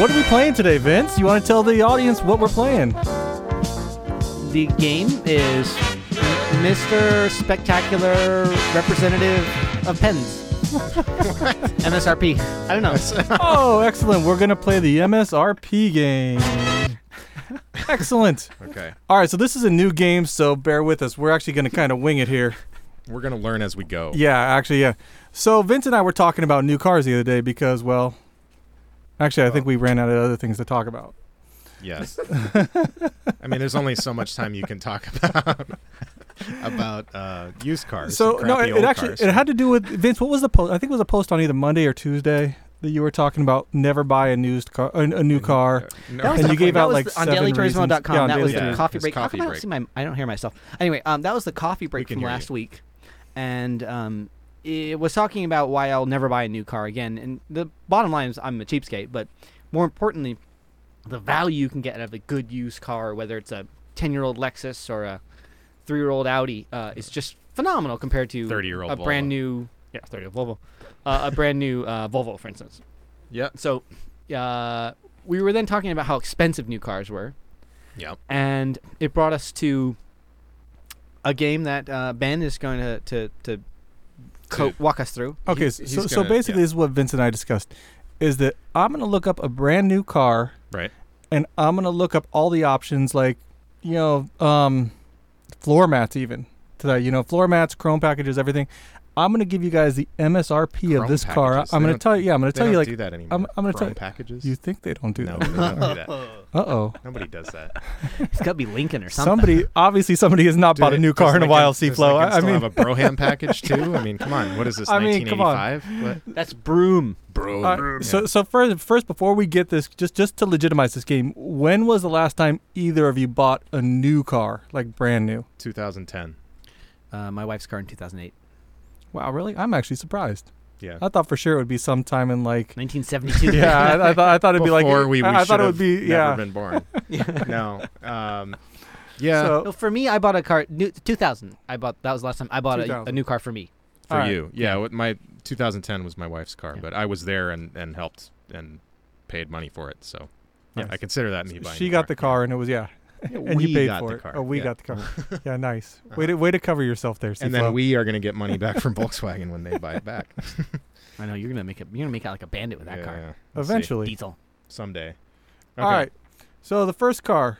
What are we playing today, Vince? You want to tell the audience what we're playing?
The game is Mr. Spectacular Representative of Pens. MSRP. I don't know.
Oh, excellent. We're going to play the MSRP game. Excellent.
Okay.
All right, so this is a new game, so bear with us. We're actually going to kind of wing it here.
We're gonna learn as we go.
Yeah, actually, yeah. So Vince and I were talking about new cars the other day because, well, actually, I think we ran out of other things to talk about.
Yes. I mean, there's only so much time you can talk about about uh, used cars.
So
and
no,
crappy
it, it
old
actually
cars.
it had to do with Vince. What was the post? I think it was a post on either Monday or Tuesday that you were talking about never buy a used car, a, a new car.
No,
That was
And
the-
you gave
that
out,
was
like,
the- on
seven
dailyturismo.com.
reasons- yeah, on
that was
Daily
the
Turismo.
coffee
It's
break. How
coffee
come I don't
break.
see my? I don't hear myself. Anyway, um, that was the coffee break
can
from
hear
last
you.
week, and um, it was talking about why I'll never buy a new car again. And the bottom line is, I'm a cheapskate. But more importantly, the value you can get out of a good used car, whether it's a 10-year-old Lexus or a three-year-old Audi, uh, is just phenomenal compared to
30-year-old
a
Volvo.
brand new. Yeah, 30-year-old Volvo. Uh, a brand new uh, Volvo, for instance.
yeah,
So, uh, we were then talking about how expensive new cars were,
yeah.
and it brought us to a game that uh, Ben is going to to, to co-
To-
walk us through.
Okay,
He's-
so
he's
so
gonna-
basically,
yeah.
this is what Vince and I discussed: is that I'm going to look up a brand new car
Right.
and I'm going to look up all the options, like you know, um, floor mats, even today. You know, floor mats, chrome packages, everything. I'm going to give you guys the MSRP of
Chrome
this car.
packages.
I'm
They
going to
don't-
tell you. Yeah, I'm going to
They
tell
don't
you like.
do that anymore.
I'm- I'm gonna
Chrome
tell you-
packages.
You think they don't do
no,
that?
they don't do that.
Uh oh.
Nobody does that.
It's got to be Lincoln or something.
Somebody obviously somebody has not bought a
Dude,
new
does
car in a
Lincoln-
while.
does
C flow.
Lincoln
I, I
still have
mean,
a Broham package too. I mean, come on. What is this?
I mean, come on.
1985. What?
That's Broom.
Bro.
uh, so so first first before we get this, just just to legitimize this game, when was the last time either of you bought a new car, like brand new?
2010.
Uh, my wife's car in 2008,
Wow, really? I'm actually surprised.
Yeah.
I thought for sure it would be sometime in like.
1972.
Yeah, I, I thought I thought it'd be
Before
like.
we, we
I, I thought
should
it
have
would be yeah.
Never been born. no. Um, yeah.
So-
No, for me, I bought a car new, 2000. I bought that was the last time I bought a, a
2000.
new car for me.
for
All right.
you. Yeah, what my 2010 was my wife's car,
Yeah.
but I was there and, and helped and paid money for it, so I-
Nice.
I consider that me buying.
she
a
got the car and it was yeah, and
we
you paid
got
for
the
it.
car,
Oh, we
yeah.
got the car. yeah, nice. Way to way to cover yourself there.
And
C-Flow.
then we are going to get money back from Volkswagen when they buy it back.
I know you're gonna make it. You're gonna make out like a bandit with that
Yeah,
car.
yeah. We'll see.
eventually.
Diesel.
someday.
All
Okay.
right. So the first car,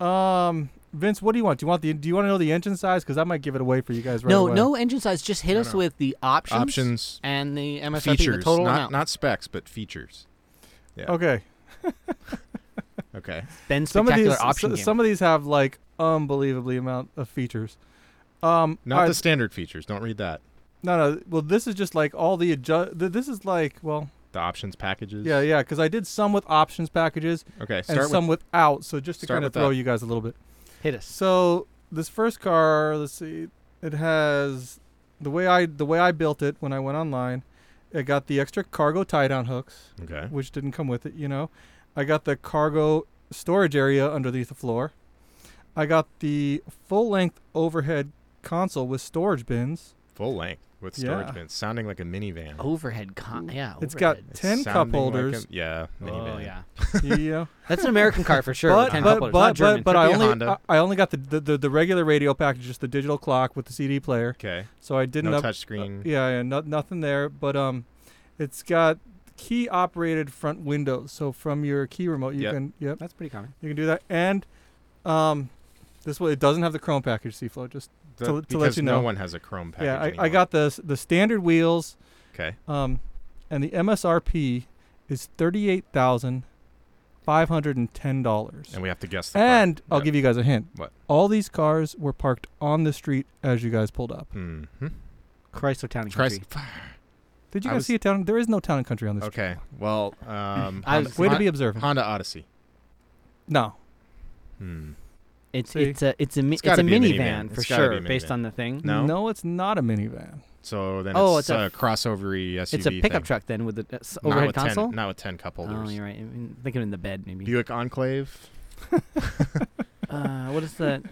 um, Vince, what do you want? Do you want the? Do you want to know the engine size? Because I might give it away for you guys right
no,
away.
no engine size. Just hit
No,
us
no.
with the options.
Options,
and the MSRP,
features,
the total
not
amount.
not specs, but features. Yeah.
Okay.
Okay.
Ben's
Some of
spectacular
these,
option
so-
game.
some of these have like unbelievably amount of features. Um,
Not
all right,
the standard features. Don't read that.
no, no. Well, this is just like all the adjust. This is like, well,
The options packages.
yeah, yeah. Because I did some with options packages
Okay.
and
Start with
some without. So just to
start
kind of
with that.
throw you guys a little bit.
Hit us.
So this first car, let's see, it has the way I the way I built it when I went online. It got the extra cargo tie down hooks,
okay.
which didn't come with it, you know. I got the cargo storage area underneath the floor. I got the full length overhead console with storage bins.
Full length with storage
Yeah.
bins, sounding like a minivan.
Overhead con. Yeah.
It's got
overhead.
It's
10 cup
sounding like a-
holders.
yeah. Minivan.
Oh yeah.
you know.
That's an American car for sure.
but,
with 10
but,
couplers.
but,
Not German.
but, but I
Could be a
only I,
Honda.
I only got the, the, the, the regular radio package, just the digital clock with the CD player.
Okay.
So I didn't
No
up, uh,
touch screen.
Yeah, yeah, no, nothing there, but um, it's got key operated front windows. So from your key remote, you
Yep.
can yep,
that's pretty common.
you can do that. And um, this way it doesn't have the Chrome package, C-Flow. Just
The-
to let
because
you
no
know.
one has a Chrome package.
yeah, I, I
anymore.
got the s- the standard wheels,
Okay.
um, and the MSRP is thirty eight thousand five hundred and ten dollars.
And we have to guess. The
And I'll
give
give you guys a hint.
What?
All these cars were parked on the street as you guys pulled up.
Mm-hmm.
Chrysler Town and
Christ.
Country.
Did you
I
guys
was-
see a town? There is no town and country on this. street.
Okay. Well, um,
I
Honda,
was-
Way to
Hon-
be observant.
Honda Odyssey.
No.
Hmm.
It's
See?
it's a it's a mi- it's,
It's gotta
a
be a
minivan,
minivan.
for
It's gotta
sure
be a
based
minivan.
on the thing.
No?
No, it's not a minivan.
So then
Oh,
it's,
it's a
a crossovery SUV.
It's a pickup
thing.
truck then with the uh, s-
Not
overhead
with
console.
Ten, not with ten cup holders.
oh, you're right. I mean, thinking in the bed maybe.
Buick Enclave.
Uh, what is the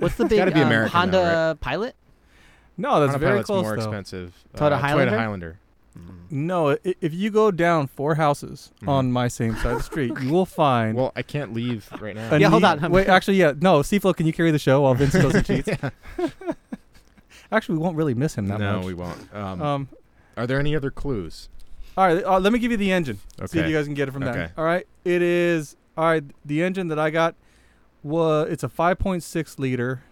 what's the
It's
big
gotta be
um,
American now,
Honda Pilot?
No, that's
Honda
very
Pilot's
close
more
though.
expensive.
Toyota
uh,
Highlander?
Toyota Highlander.
No, i- if you go down four houses
Mm-hmm.
on my same side of the street, you will find.
Well, I can't leave right now.
a
Yeah, hold
neat-
on.
Wait, actually, yeah, no, Seaflow, can you carry the show while Vince goes and cheats? Actually, we won't really miss him that
no,
much.
we won't. Um,
Um,
are there any other clues?
all right, uh, let me give you the engine. See if
Okay.
you guys can get it from
Okay.
that. All right, it is. All right, the engine that I got was it's a 5.6 liter,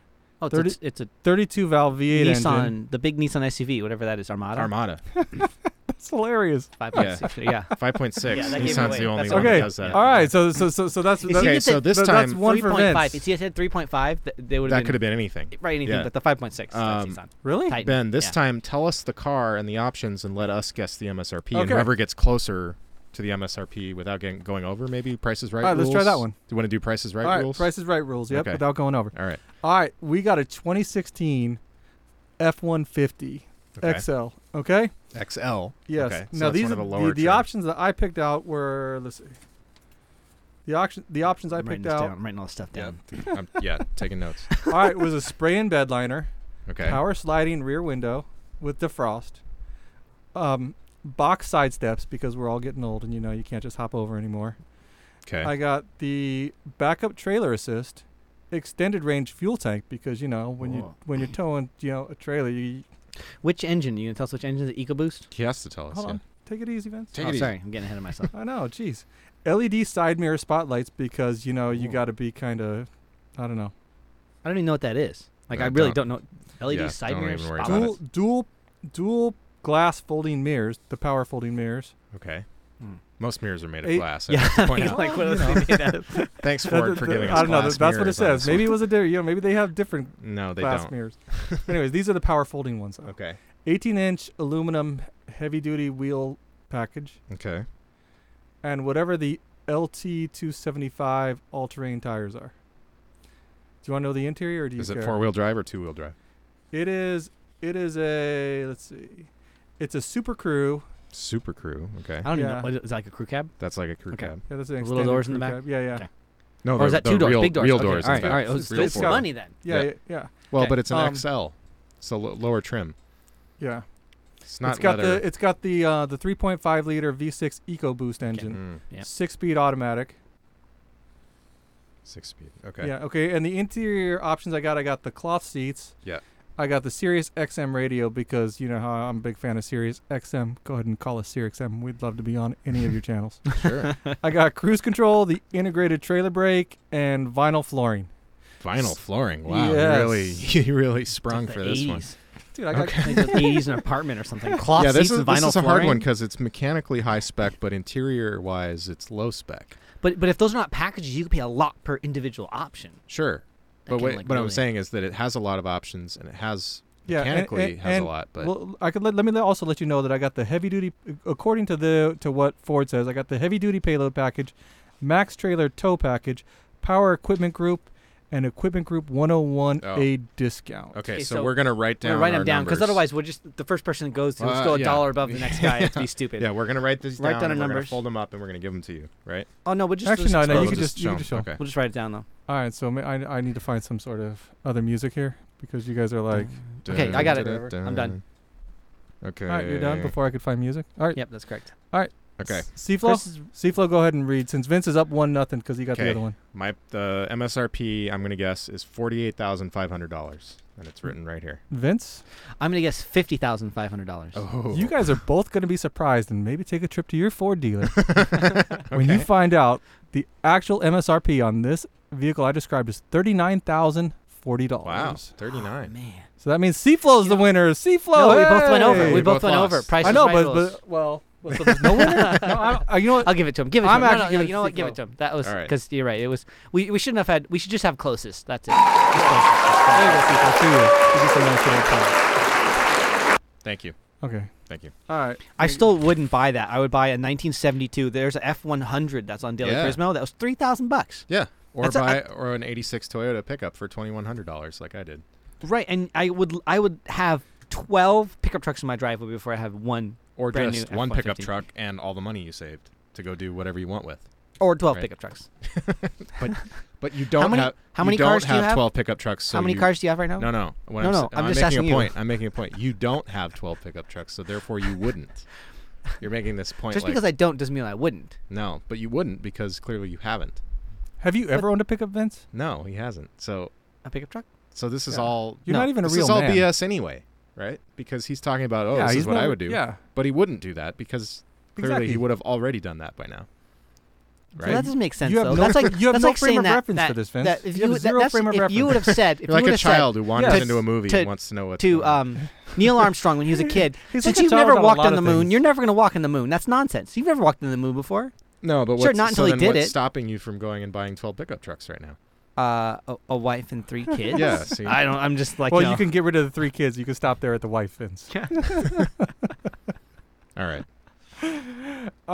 Oh, it's,
30
a, it's a
32 valve V8
Nissan,
engine.
the big Nissan SUV, whatever that is, Armada.
Armada.
That's hilarious.
Five point six. Yeah.
5.6.
Yeah, that gave it
Nissan's
away.
the only
That's
one
okay.
that does that.
All right, so so so so that's,
If
that's
you
Okay,
get
so
the-
this
that- that's
time,
one-
Three
for
point five.
Vince.
If you said three point five, they would
that
have
could
been
have been anything.
right anything
yeah.
but the five point six.
Um,
Nissan.
really.
Titan.
Ben, this
Yeah.
time, tell us the car and the options and let us guess the MSRP. And
Okay.
whoever gets closer to the MSRP without getting, going over, maybe prices right
All right,
rules.
let's try that one.
Do you want to do prices right
All right,
rules?
Price is Right rules. Yep,
Okay.
without going over.
All right.
All right, we got a 2016 F150
Okay.
XL. Okay.
XL.
Yes.
Okay. So
now
that's
these
one of
are
the lower
the,
trim.
options that I picked out were let's see. The auction, the options I
I'm writing this
picked out.
down. I'm writing all this stuff
Yeah.
down.
I'm- yeah, taking notes.
All right, was a spray and bed liner,
Okay.
power sliding rear window with defrost, um, box side steps because we're all getting old and you know you can't just hop over anymore.
Okay.
I got the backup trailer assist, extended range fuel tank because you know when you
Oh.
Whoa.
when you're towing you know a trailer you
Which engine? You gonna tell us which engine? The EcoBoost.
he has to tell us.
hold
yeah.
on take it easy Vince.
Take
oh,
it easy.
sorry, I'm getting ahead of myself.
I know, jeez. LED side mirror spotlights because you know you
Ooh.
got to be kind of, I don't know,
I don't even know what that is. Like
No,
I really don't,
Uh, don't.
know. LED
Yeah,
side
don't
mirrors.
even worry
spotlight.
about it.
dual dual dual glass folding mirrors, the power folding mirrors.
Okay.
Hmm.
Most mirrors are made of
Eight-
glass. I
Yeah,
have to point
he's
out.
like, what
Well,
is
you
he made out of?
Thanks
Uh,
Ford
th-
for
th-
giving us
I don't know.
glass
th- That's what it
mirrors on
says.
this
Maybe
one.
it was a different, you know, maybe they have different
No, they
glass
don't.
mirrors. Anyways, these are the power folding ones.
Okay.
18 inch aluminum heavy duty wheel package
Okay.
and whatever the LT 275 all terrain tires are. Do you want to know the interior or do you
Is
care?
it four wheel drive or two wheel drive?
It is. It is a. Let's see. It's a Super Crew.
Super Crew. Okay.
I don't even know.
Yeah.
What is it like a crew cab?
That's like a crew
Okay.
cab.
Yeah, that's an
With little
extended
doors in the
crew
back?
cab. Yeah, yeah,
Okay.
No,
or
the,
is that
the
two doors?
real,
Big doors.
Real
okay,
doors.
All
in
right,
the
all
back.
right. Oh,
It's
it's
real
it's
four.
money then.
yeah,
Yeah.
yeah, yeah.
Well,
Okay.
but it's an
Um,
XL, so lo- lower trim.
yeah.
It's not
it's got
leather.
the it's got the uh, the 3.5 liter V6 EcoBoost engine,
Mm,
Yeah.
six speed automatic.
six speed. Okay.
Yeah, okay. And the interior options I got, I got the cloth seats.
Yeah.
I got the Sirius XM radio because you know how I'm a big fan of Sirius XM. Go ahead and call us Sirius XM. We'd love to be on any of your channels.
Sure.
I got cruise control, the integrated trailer brake, and vinyl flooring.
Vinyl flooring. Wow.
Yes.
You really, you really sprung
It's
for
the
this one.
80s.
Dude, I got
Like the 80s in an apartment or something. Cloth
yeah, this
seats
is,
and vinyl
this is a hard
flooring.
one because it's mechanically high spec, but interior wise, it's low spec.
But but if those are not packages, you could pay a lot per individual option.
Sure,
That
but
can,
what,
like,
what I'm
really-
saying is that it has a lot of options and it has
Yeah, and-
mechanically
and-
has
and-
a lot. But
Well, I could let, let me also let you know that I got the heavy duty, according to the to what Ford says, I got the heavy duty payload package, max trailer tow package, power equipment group, and equipment group 101
Oh.
a discount.
okay,
Okay,
so,
so
we're gonna write
I'm
down
gonna write
our
them down because
numbers.
otherwise we're just the first person that goes to let's
Uh,
go a
yeah.
dollar above the next guy. It's be stupid.
yeah, we're gonna write this
Write down
and
our
we're gonna
numbers.
fold them up and we're gonna give them to you, right?
Oh no, we'll just
Actually, no,
we'll
no,
Oh,
you
we'll
can
just,
just- you can
show
just
'em.
show 'em.
we'll just write it down though.
All right, so ma- I I need to find some sort of other music here because you guys are like,
Okay, I got it. I'm done.
Okay.
all right, you're done before I could find music. All right,
Yep, that's correct.
Okay.
Chris
Seaflow,
is-
Seaflow, go ahead and read since Vince is up one nothing because he got the
Okay.
other one.
My the MSRP I'm gonna guess is forty eight thousand five hundred dollars, and it's written right here.
Vince,
I'm gonna guess fifty thousand five hundred dollars.
Oh,
you guys are both going to be surprised and maybe take a trip to your Ford dealer. when you find out the actual MSRP on this vehicle I described is thirty nine thousand forty dollars.
wow, thirty nine.
man.
So that means Seaflow is the winner. Seaflow.
No, we both went over.
hey!
We,
We
both,
both
went
lost.
over. Price
I
is
know,
right
but,
rules.
but well, well, so there's no winner. no, I, I, you know what?
I'll give it to him. Give it to
I'm
him. No, no,
actually
you know-
gonna
you know what?
see
Give it
both.
to him. That was
All right.
because you're right. It was we, we shouldn't have had. We should just have closest. That's it. Just closest. Just closest.
There you go, Seaflow. See you. This is a nice little prize.
Thank you,
Okay.
thank you.
All right.
I still wouldn't buy that. I would buy a 1972. There's a F100 that's on Daily
Yeah.
Turismo. That was three thousand bucks.
Yeah, or
That's a-
buy or an eighty six Toyota pickup for twenty one hundred dollars, like I did.
Right, and I would I would have twelve pickup trucks in my driveway before I have one.
Or
Brand new
just one
F-150.
pickup truck and all the money you saved to go do whatever you want with.
or 12
Right.
pickup trucks.
But but you don't
How many-
have
how many
you don't
cars do you
have,
have?
12 pickup trucks. So
How many
you-
cars do you have right now?
No, no. What
No,
I'm,
no,
sa-
I'm just
making
asking
a
you.
point. I'm making a point. You don't have 12 pickup trucks, so therefore you wouldn't. You're making this point.
Just
like,
because I don't doesn't mean I wouldn't.
no, but you wouldn't because clearly you haven't.
Have you ever owned a pickup, Vince?
No, he hasn't. So
A pickup truck?
so this is all
You're
No,
not even a
this
real
is all
man.
BS anyway, right? Because he's talking about oh,
Yeah,
this
he's
is what I
never-
would do.
yeah.
but he wouldn't do that because clearly he
Exactly.
would have already done that by now,
So
right?
that doesn't make sense.
have
though.
no
that's
fr-
like
you have
that's
no
like
frame
saying
of
that-
reference
that-
for this, Vince.
that if
You have
would-
zero
that's-
frame of
If you
reference.
would have said, if
You're like
you
a
would have
child
said
who wanders
Yes.
into a movie
to-
and wants to know what
to um, Neil Armstrong when he was a kid,
He's
since
like a
you've
child
never
about a
walked
lot
on the
of
moon,
things.
you're never going to walk on the moon. That's nonsense. You've never walked on the moon before.
no, but
sure,
what's,
not until
so
he
then
did
what's
it.
stopping you from going and buying 12 pickup trucks right now?
Uh, a, a wife and three kids.
Yeah, see.
I don't. I'm just like.
well,
no.
you can get rid of the three kids. You can stop there at the wife, Vince.
All right,
All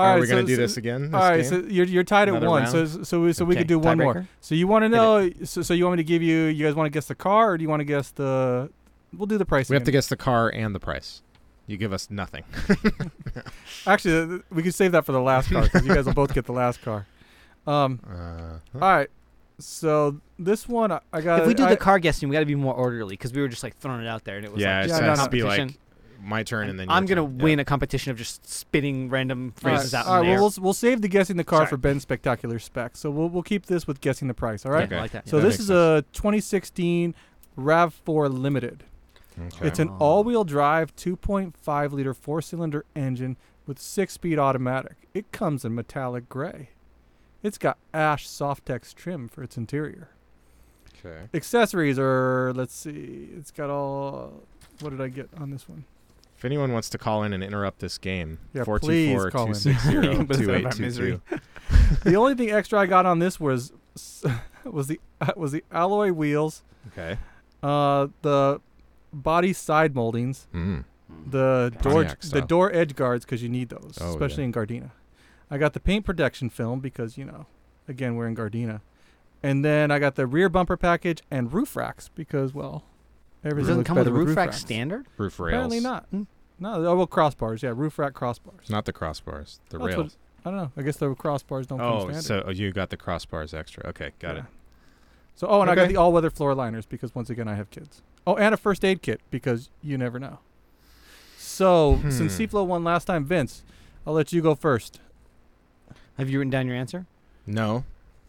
are
right,
we gonna
so-
do
so-
this again? This
All right,
game?
so you're, you're tied at
Another
one.
round?
So so so we, so we
Okay,
could do one more.
tiebreaker?
So you want to
Hit it.
know? So, so you want me to give you? You guys want to guess the car, or do you want to guess the? We'll do the price.
we have to
again.
guess the car and the price. You give us nothing.
Actually, th- we could save that for the last car because you guys will both get the last car. Um.
Uh,
All right. So this one I, I got.
if we do the
uh, I-
car guessing, we got to be more orderly because we were just like throwing it out there, and it was
yeah,
like
it
Yeah,
just
no,
has
no.
to be like
competition.
my turn and then
I'm
your
gonna
turn.
win a competition of just spinning random
all right,
phrases out.
all
in
right,
the
well,
air.
we'll s- we'll save the guessing the car
Sorry.
for Ben's spectacular specs. So we'll we'll keep this with guessing the price. All
Yeah,
right.
okay.
I like that.
So
That
this
makes
is a 2016 Rav4 Limited.
Yeah. Okay.
It's an
Oh.
all-wheel drive 2.5 liter four-cylinder engine with six-speed automatic. It comes in metallic gray. It's got ash softex trim for its interior.
okay.
Accessories are let's see. It's got all what did I get on this one?
If anyone wants to call in and interrupt this game,
Yeah,
four two
please
four
call
two
in.
six zero
But it's
two
not
eight
about
two
misery.
two.
the only thing extra I got on this was was the was the alloy wheels,
Okay.
uh the body side moldings,
Mm.
the door
Pontiac
the
style.
door edge guards because you need those,
Oh, yeah.
especially in Gardena. I got the paint protection film because you know, again we're in Gardena, and then I got the rear bumper package and roof racks because well,
it
everything
doesn't
looks
come with
better
a roof
roof
rack
racks.
standard.
Roof rails.
Apparently not.
Hmm.
No, oh, well crossbars, yeah, roof rack crossbars.
Not the crossbars. The
That's what-
rails.
I don't know. I guess the crossbars don't come
Oh,
standard.
so you got the crossbars extra. Okay, got
Yeah.
it.
So oh, and I got
Okay.
the all-weather floor liners because once again I have kids. Oh, and a first aid kit because you never know. So since
Hmm.
Cflo won last time, Vince, I'll let you go first.
Have you written down your answer?
No.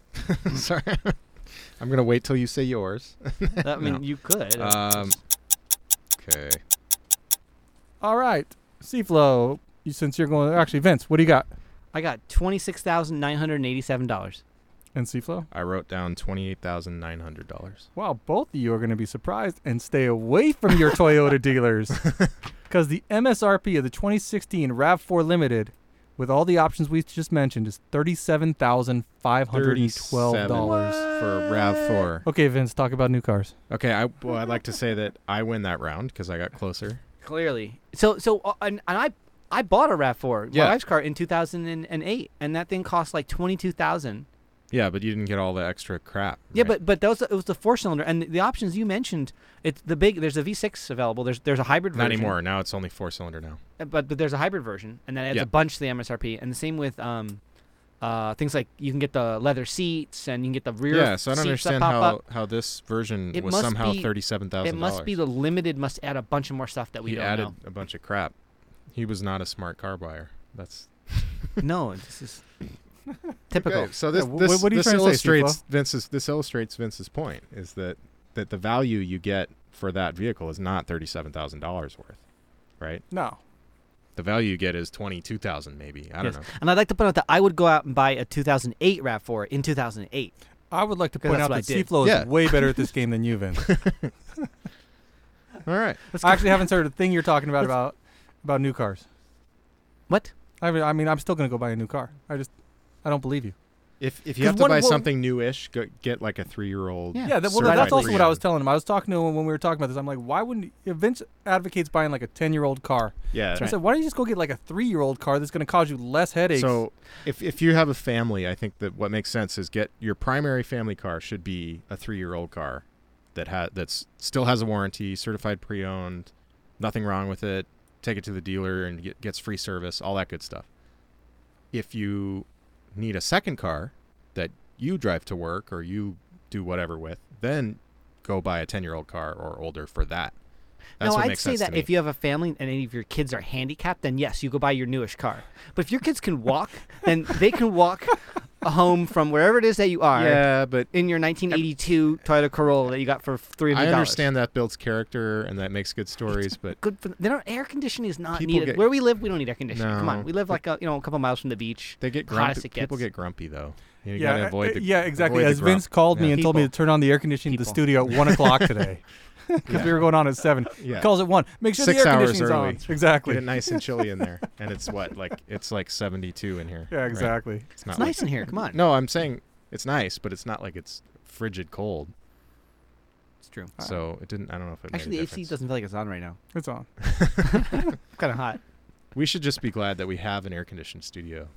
Sorry. I'm gonna wait till you say yours.
I mean,
No.
you could.
Um. Okay.
All right, Cflo, you, since you're going, actually Vince, what do you got?
I got twenty six thousand nine hundred eighty seven dollars.
And Cflo,
I wrote down twenty-eight thousand nine hundred dollars.
wow, both of you are going to be surprised and stay away from your Toyota dealers because the MSRP of the 2016 Rav4 Limited. With all the options we just mentioned, is thirty-seven thousand five hundred and twelve dollars.
for Rav Four.
Okay, Vince, talk about new cars.
Okay. I well, I'd like to say that I win that round because I got closer.
Clearly. So so uh, and, and I I bought a Rav Four,
Yeah.
my wife's car, in two thousand and eight, and that thing cost like twenty two thousand.
Yeah, but you didn't get all the extra crap.
Yeah,
right?
but but that was it was the four cylinder, and the options you mentioned. It's the big. There's a V6 available. There's there's a hybrid
not
version.
anymore. Now it's only four cylinder now.
uh, But but there's a hybrid version, and that adds
Yeah.
a bunch to the MSRP. And the same with um, uh, things like you can get the leather seats, and you can get the rear.
Yeah, so I don't
seats that
understand
pop
how,
up.
how this version
It
was
must
somehow
be-
thirty-seven thousand.
It must be the limited. Must add a bunch of more stuff that we
he
don't
added
know.
a bunch of crap. He was not a smart car buyer. That's
no, this is typical.
so
Yeah,
this
wh-
this,
what are you
this
trying to say,
illustrates
Steve-O?
Vince's this illustrates Vince's point is that that the value you get for that vehicle is not thirty-seven thousand dollars worth, right?
No.
The value you get is twenty-two thousand maybe. I don't
Yes.
know.
And I'd like to point out that I would go out and buy a 2008 RAV4 in 2008.
I would like to
'Cause
point
that's
out
what I
that
did.
Seaflow
Yeah.
is way better at this game than you, Vince.
All right.
I actually haven't heard a thing you're talking about about about new cars.
What?
I mean, I mean, I'm still gonna go buy a new car. I just, I don't believe you.
If if you
'Cause
have to
one-
buy
well-
something newish, go, get like a three-year-old.
Yeah,
Yeah, that, well,
Certified
that's also what I was
pre-owned.
telling him. I was talking to him when we were talking about this. I'm like, why wouldn't if Vince advocates buying like a 10 year old car?
Yeah,
I said, why don't you just go get like a three year old car that's gonna cause you less headaches?
So, if if you have a family, I think that what makes sense is get your primary family car should be a three year old car that ha- that's still has a warranty, certified pre owned, nothing wrong with it. Take it to the dealer and get, gets free service, all that good stuff. If you need a second car that you drive to work or you do whatever with, then go buy a 10 year old car or older for that. That's
no,
what
I'd
makes
say
sense
that
to me.
if you have a family and any of your kids are handicapped, then yes, you go buy your newish car. But if your kids can walk, then they can walk home from wherever it is that you are
yeah, but
in your 1982 Toyota Corolla that you got for three hundred
I
dollars.
understand that builds character and that makes good stories, but
Good for they don't, air conditioning is not
People
needed.
get-
Where we live, we don't need air conditioning. Come
No.
on, we live like a, you know a couple miles from the beach.
they get
Hottest
grumpy.
it gets.
People get grumpy though. You
yeah,
gotta
uh,
avoid the,
yeah, exactly.
avoid the
As Vince
grump.
called me
Yeah.
and told me to
People.
turn on the air conditioning at the
People.
studio at one o'clock today because we were going on at seven.
Yeah.
He calls at one. Make sure
Six
the air
hours
conditioning's
early.
on. Exactly.
Get it nice and chilly in there, and it's what like it's like 72 in here.
Yeah,
right?
exactly.
It's not
It's
like-
nice in here. Come on,
No, I'm saying it's nice, but it's not like it's frigid cold.
it's true.
Ah.
So it didn't. I don't know if it made a
Actually, the AC
difference.
doesn't feel like it's on right now.
It's on.
It's kind of hot.
We should just be glad that we have an air conditioned studio.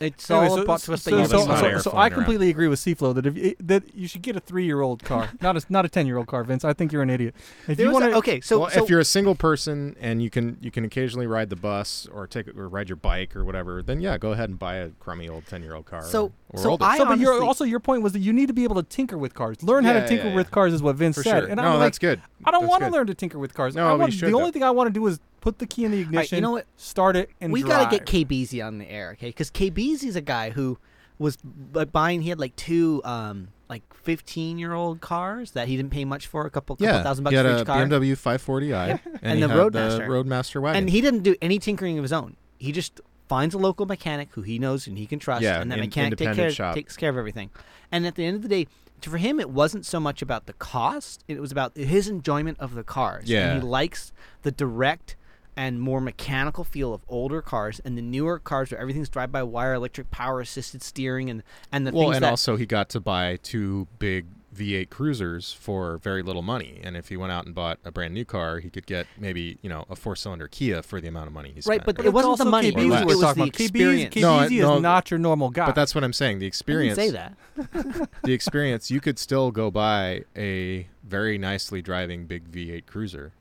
It's
Anyway,
all
so-
brought to us by
so,
you.
so,
It's not
so-
air
so
flying
I
around.
completely agree with Seaflow that if you, that you should get a three-year-old car, not a not a ten-year-old car. Vince, I think you're an idiot. If
There
you
was
want
a-
to,
okay, so,
well,
so
if you're a single person and you can you can occasionally ride the bus or take or ride your bike or whatever, then yeah, go ahead and buy a crummy old ten year old car.
So-
or, or
so
older.
I
so, but your,
honestly-
also your point was that you need to be able to tinker with cars. Learn how
Yeah,
to tinker
yeah,
with
yeah.
cars is what Vince
for
said.
sure.
And
no,
I'm like,
that's good.
I don't
That's
want to
good.
learn to tinker with cars.
No,
I
but you
want,
should,
the only
though.
thing I want to do is put the key in the ignition.
right, you know what?
Start it and
we
drive.
gotta get KBZ on the air, okay? Because KBZ's a guy who was b- buying. He had like two, um, like fifteen-year-old cars that he didn't pay much for, a couple, couple
Yeah,
thousand
he
bucks
had
for
a
each car,
BMW 540i and,
And
he
the
had
Roadmaster.
the Roadmaster wagon.
and he didn't do any tinkering of his own. He just finds a local mechanic who he knows and he can trust,
Yeah,
and that
in-
mechanic take
independent
care,
shop.
takes care of everything. And at the end of the day, t- for him, it wasn't so much about the cost; it was about his enjoyment of the cars.
Yeah.
and he likes the direct and more mechanical feel of older cars and the newer cars where everything's drive-by-wire, electric power-assisted steering, and and the
well,
things
and
that
also he got to buy two big V8 Cruisers for very little money, and if he went out and bought a brand new car, he could get maybe you know a four cylinder Kia for the amount of money he spent.
right, but
or-
it wasn't the money;
KBZ
it was,
we're
it was
talking
the
about. KBZ
experience.
KBZ
No, I-
E is
no,
not your normal guy.
but that's what I'm saying. The
I didn't
experience.
say that.
the experience, you could still go buy a very nicely driving big V8 Cruiser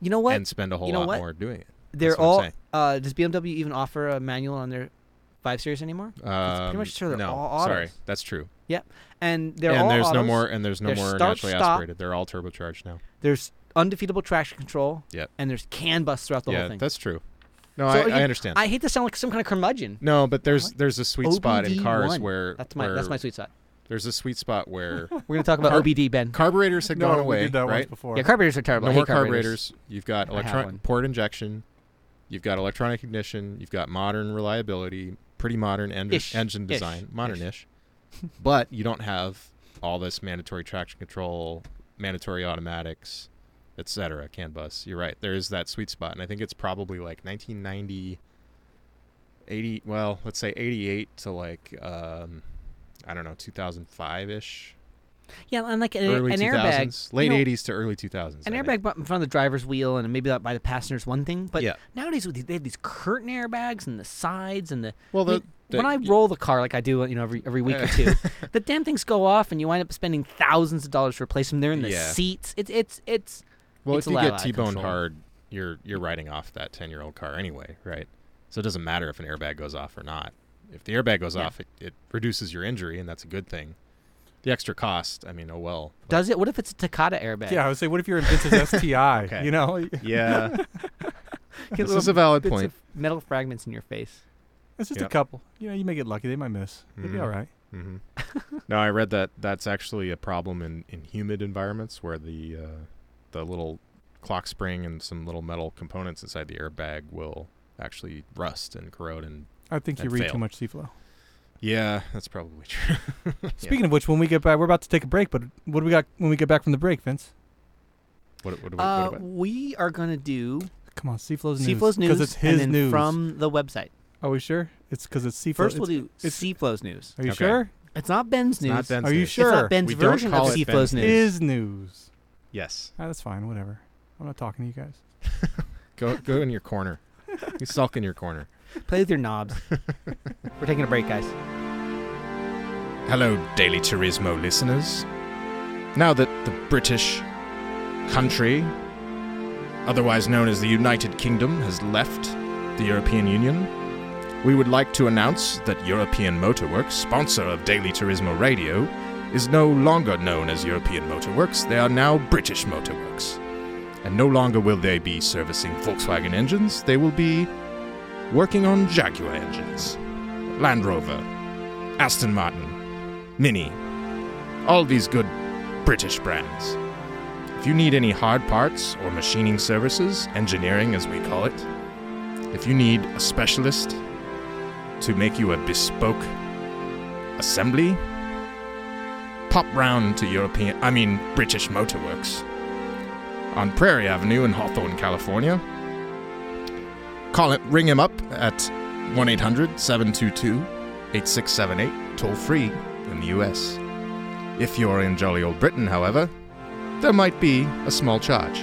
You know what?
and spend a whole
You know
lot
what?
more doing it.
They're
That's what I'm
all.
saying.
Uh, does BMW even offer a manual on their five series anymore? pretty
Um,
much sure they're
no,
all
sorry,
autos.
that's true.
Yep. And they're all
and there's no
autos.
more, and there's no
They're
more
start,
naturally
stop.
aspirated. They're all turbocharged now.
There's undefeatable traction control.
Yep.
And there's CAN bus throughout the
yeah,
whole thing.
that's true. No,
So
I,
again,
I understand.
I hate to sound like some kind of curmudgeon.
no, but there's there's a sweet spot in cars
OBD1.
where
that's my that's
where
my sweet spot.
There's a sweet spot where
We're gonna talk about
Car-
OBD, Ben.
carburators had
no,
gone
we
away,
did that once
right?
before.
yeah, carburetors are terrible.
no
I
more
hate carburators.
carburators. You've
I have
got
one.
electronic port injection. You've got electronic ignition. You've got modern reliability, pretty modern en-
Ish.
engine
Ish.
design, modern-ish. but you don't have all this mandatory traction control, mandatory automatics, etc. CAN bus. You're right. There is that sweet spot, and I think it's probably like 1990, 80. Well, let's say 88 to like um, I don't know 2005 ish.
Yeah, and like an,
Early
an
2000s,
airbag.
late
you know,
80s to early 2000s.
An
I think.
airbag button in front of the driver's wheel and maybe that by the passenger's one thing, but
Yeah.
nowadays with these, they have these curtain airbags and the sides and the.
Well,
I mean,
the-
when I
the-
roll the car like I do, you know, every every week or two, the damn things go off and you wind up spending thousands of dollars to replace them. They're in the
Yeah.
seats. It's it's it's.
Well,
it's
if
a
you
lot
get
out of
T-boned
control.
hard, you're you're riding off that ten-year-old car anyway, right? So it doesn't matter if an airbag goes off or not. If the airbag goes
Yeah.
off, it, it reduces your injury, and that's a good thing. The extra cost, I mean, oh well.
Does it? What if it's a Takata airbag?
Yeah, I would say, what if you're in Vince's STI?
Okay.
You know,
Yeah,
Get
this
little
is a valid
bits
point.
of metal fragments in your face.
it's just a
Yep.
couple. You know, you may get lucky. They might miss. It'd be
Mhm.
all right.
hmm no, I read that that's actually a problem in, in humid environments where the uh, the little clock spring and some little metal components inside the airbag will actually rust and corrode and
I think you
That
read too
failed.
much Seaflow.
yeah, that's probably true.
Speaking of which, when we get back, we're about to take a break. But what do we got when we get back from the break, Vince?
What, what, what,
Uh,
what, what?
we are gonna do
Come on, Seaflow's news.
Seaflow's news
because it's his
and then
news.
from the website.
Are we sure? It's because it's Seaflow.
First, we'll
It's-
do
it's-
Seaflow's news.
Are you
Okay.
sure?
It's not Ben's news.
Not Ben's
Are you
news.
sure?
It's not Ben's
We don't
version
call
of
it
Seaflow's
Ben's
news.
His news.
Yes.
Ah, that's fine. Whatever. I'm not talking to you guys.
Go go in your corner. You sulk in your corner.
Play with your knobs. We're taking a break, guys.
Hello, Daily Turismo listeners. Now that the British country, otherwise known as the United Kingdom, has left the European Union, We would like to announce that European Motorworks, sponsor of Daily Turismo Radio, is no longer known as European Motorworks. They are now British Motorworks. And no longer will they be servicing Volkswagen engines, they will be working on Jaguar engines, Land Rover, Aston Martin, Mini, all these good British brands. If you need any hard parts or machining services, engineering as we call it, if you need a specialist to make you a bespoke assembly, pop round to European, I mean British Motorworks on Prairie Avenue in Hawthorne, California. Call it, ring him up at 1 800 722 8678, toll free in the US. If you're in jolly old Britain, however, there might be a small charge.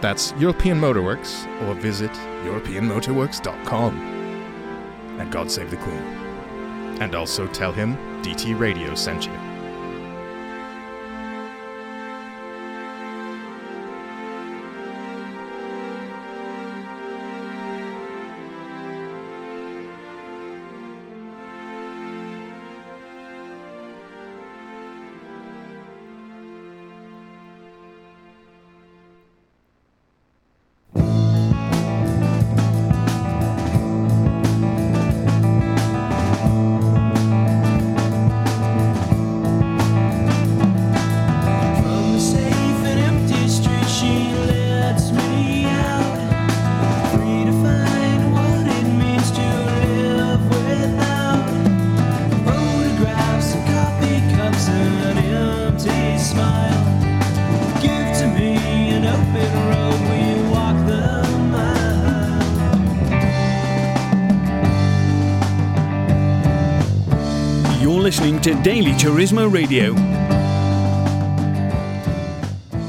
That's European Motorworks, or visit EuropeanMotorworks.com. And God save the Queen. And also tell him DT Radio sent you.
From the safe and empty street, she lets me out, free to find what it means to live without. Photographs and coffee cups and empty smile. Give to me an open road, we walk the mile.
You're listening to Daily Turismo Radio.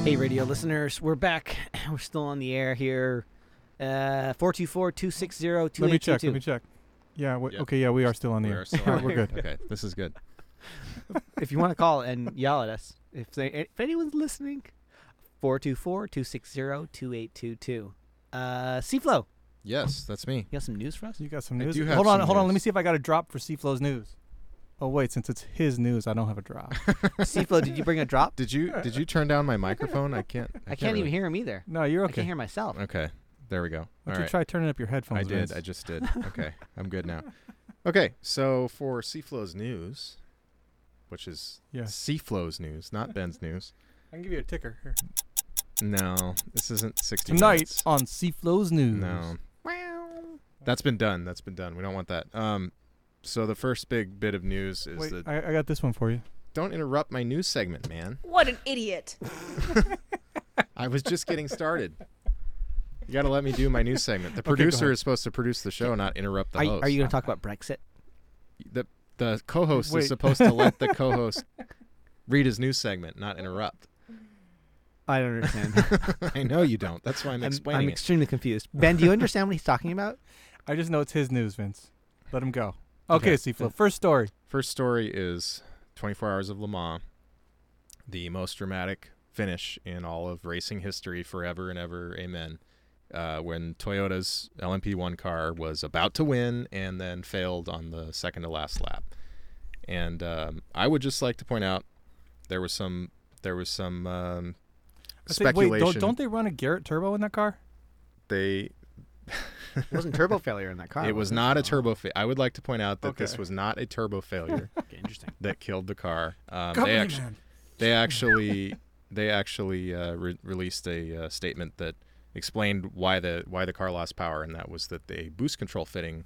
Hey, radio listeners, we're back. We're still on the air here. Uh, 424-260-2822.
Let me check. Let me check. Yeah. W-
Yep.
Okay. Yeah, we are still on the air. We're good.
Okay, this is good.
if you want to call and yell at us, if they, if anyone's listening, 424-260-2822. Uh, Seaflow,
Yes, that's me.
you got some news for us?
You got some
I
news.
do have
hold on.
some
Hold on. Let
news.
me see if I got a drop for Seaflow's news. Oh wait, since it's his news, I don't have a drop.
Seaflow, did you bring a drop?
Did you did you turn down my microphone? I can't.
I can't, even hear him either.
no, you're
I can't
okay.
hear myself.
hear. Okay, there we go.
Why
All
don't you
right.
try turning up your headphones?
I did.
Vince?
I just did. Okay, I'm good now. Okay, so for Seaflow's news, which is
Yeah.
Seaflow's news, not Ben's news.
I can give you a ticker here.
No, this isn't 60
Tonight
minutes.
on Seaflow's news.
No. That's been done. That's been done. We don't want that. Um, so the first big bit of news is
Wait,
that
I, I got this one for you.
don't interrupt my news segment, man.
What an idiot.
I was just getting started. You gotta let me do my news segment. The
go
producer
ahead.
is supposed to produce the show, not interrupt the
Are,
host.
are you going to talk about Brexit?
the the co-host
Wait.
is supposed to let the co-host read his news segment, not interrupt.
I don't understand.
I know you don't. That's why I'm
I'm,
explaining
I'm
it.
extremely confused. Ben, do you understand what he's talking about?
I just know it's his news, Vince. Let him go.
Okay.
Okay, Seaflow. First story.
First story is 24 Hours of Le Mans, the most dramatic finish in all of racing history, forever and ever. Amen. Uh, when Toyota's LMP1 car was about to win and then failed on the second to last lap, and um, I would just like to point out there was some there was some um,
I say,
speculation.
Wait, don't, don't they run a Garrett turbo in that car?
they
It wasn't turbo failure in that car.
it was
it? Oh.
not a turbo. Fa- I would like to point out that this
Okay.
was not a turbo failure
Okay, interesting.
that killed the car. Um,
Company
they actually they
man.
actually they actually uh, re- released a uh, statement that explained why the why the car lost power, and that was that the boost control fitting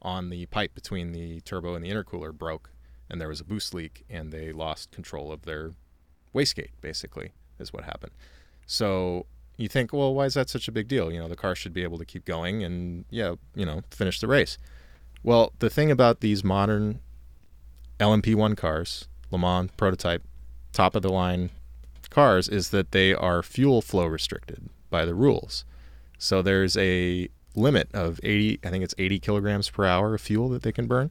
on the pipe between the turbo and the intercooler broke, and there was a boost leak, and they lost control of their wastegate. Basically, is what happened. So you think, well, why is that such a big deal? You know, the car should be able to keep going, and yeah, you know, finish the race. Well, the thing about these modern LMP1 cars, Le Mans prototype, top of the line cars, is that they are fuel flow restricted by the rules. So there's a limit of 80, I think it's 80 kilograms per hour of fuel that they can burn.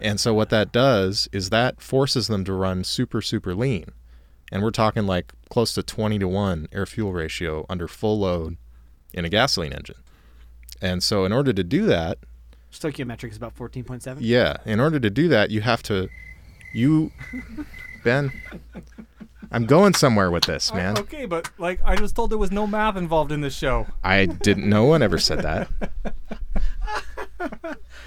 And so what that does is that forces them to run super, super lean. And we're talking like close to 20 to 1 air fuel ratio under full load in a gasoline engine. And so in order to do that,
Stoichiometric is about 14.7.
Yeah. In order to do that, you have to, you, Ben. I'm going somewhere with this, man.
Okay, but like I was told there was no math involved in this show.
I didn't. No one ever said that.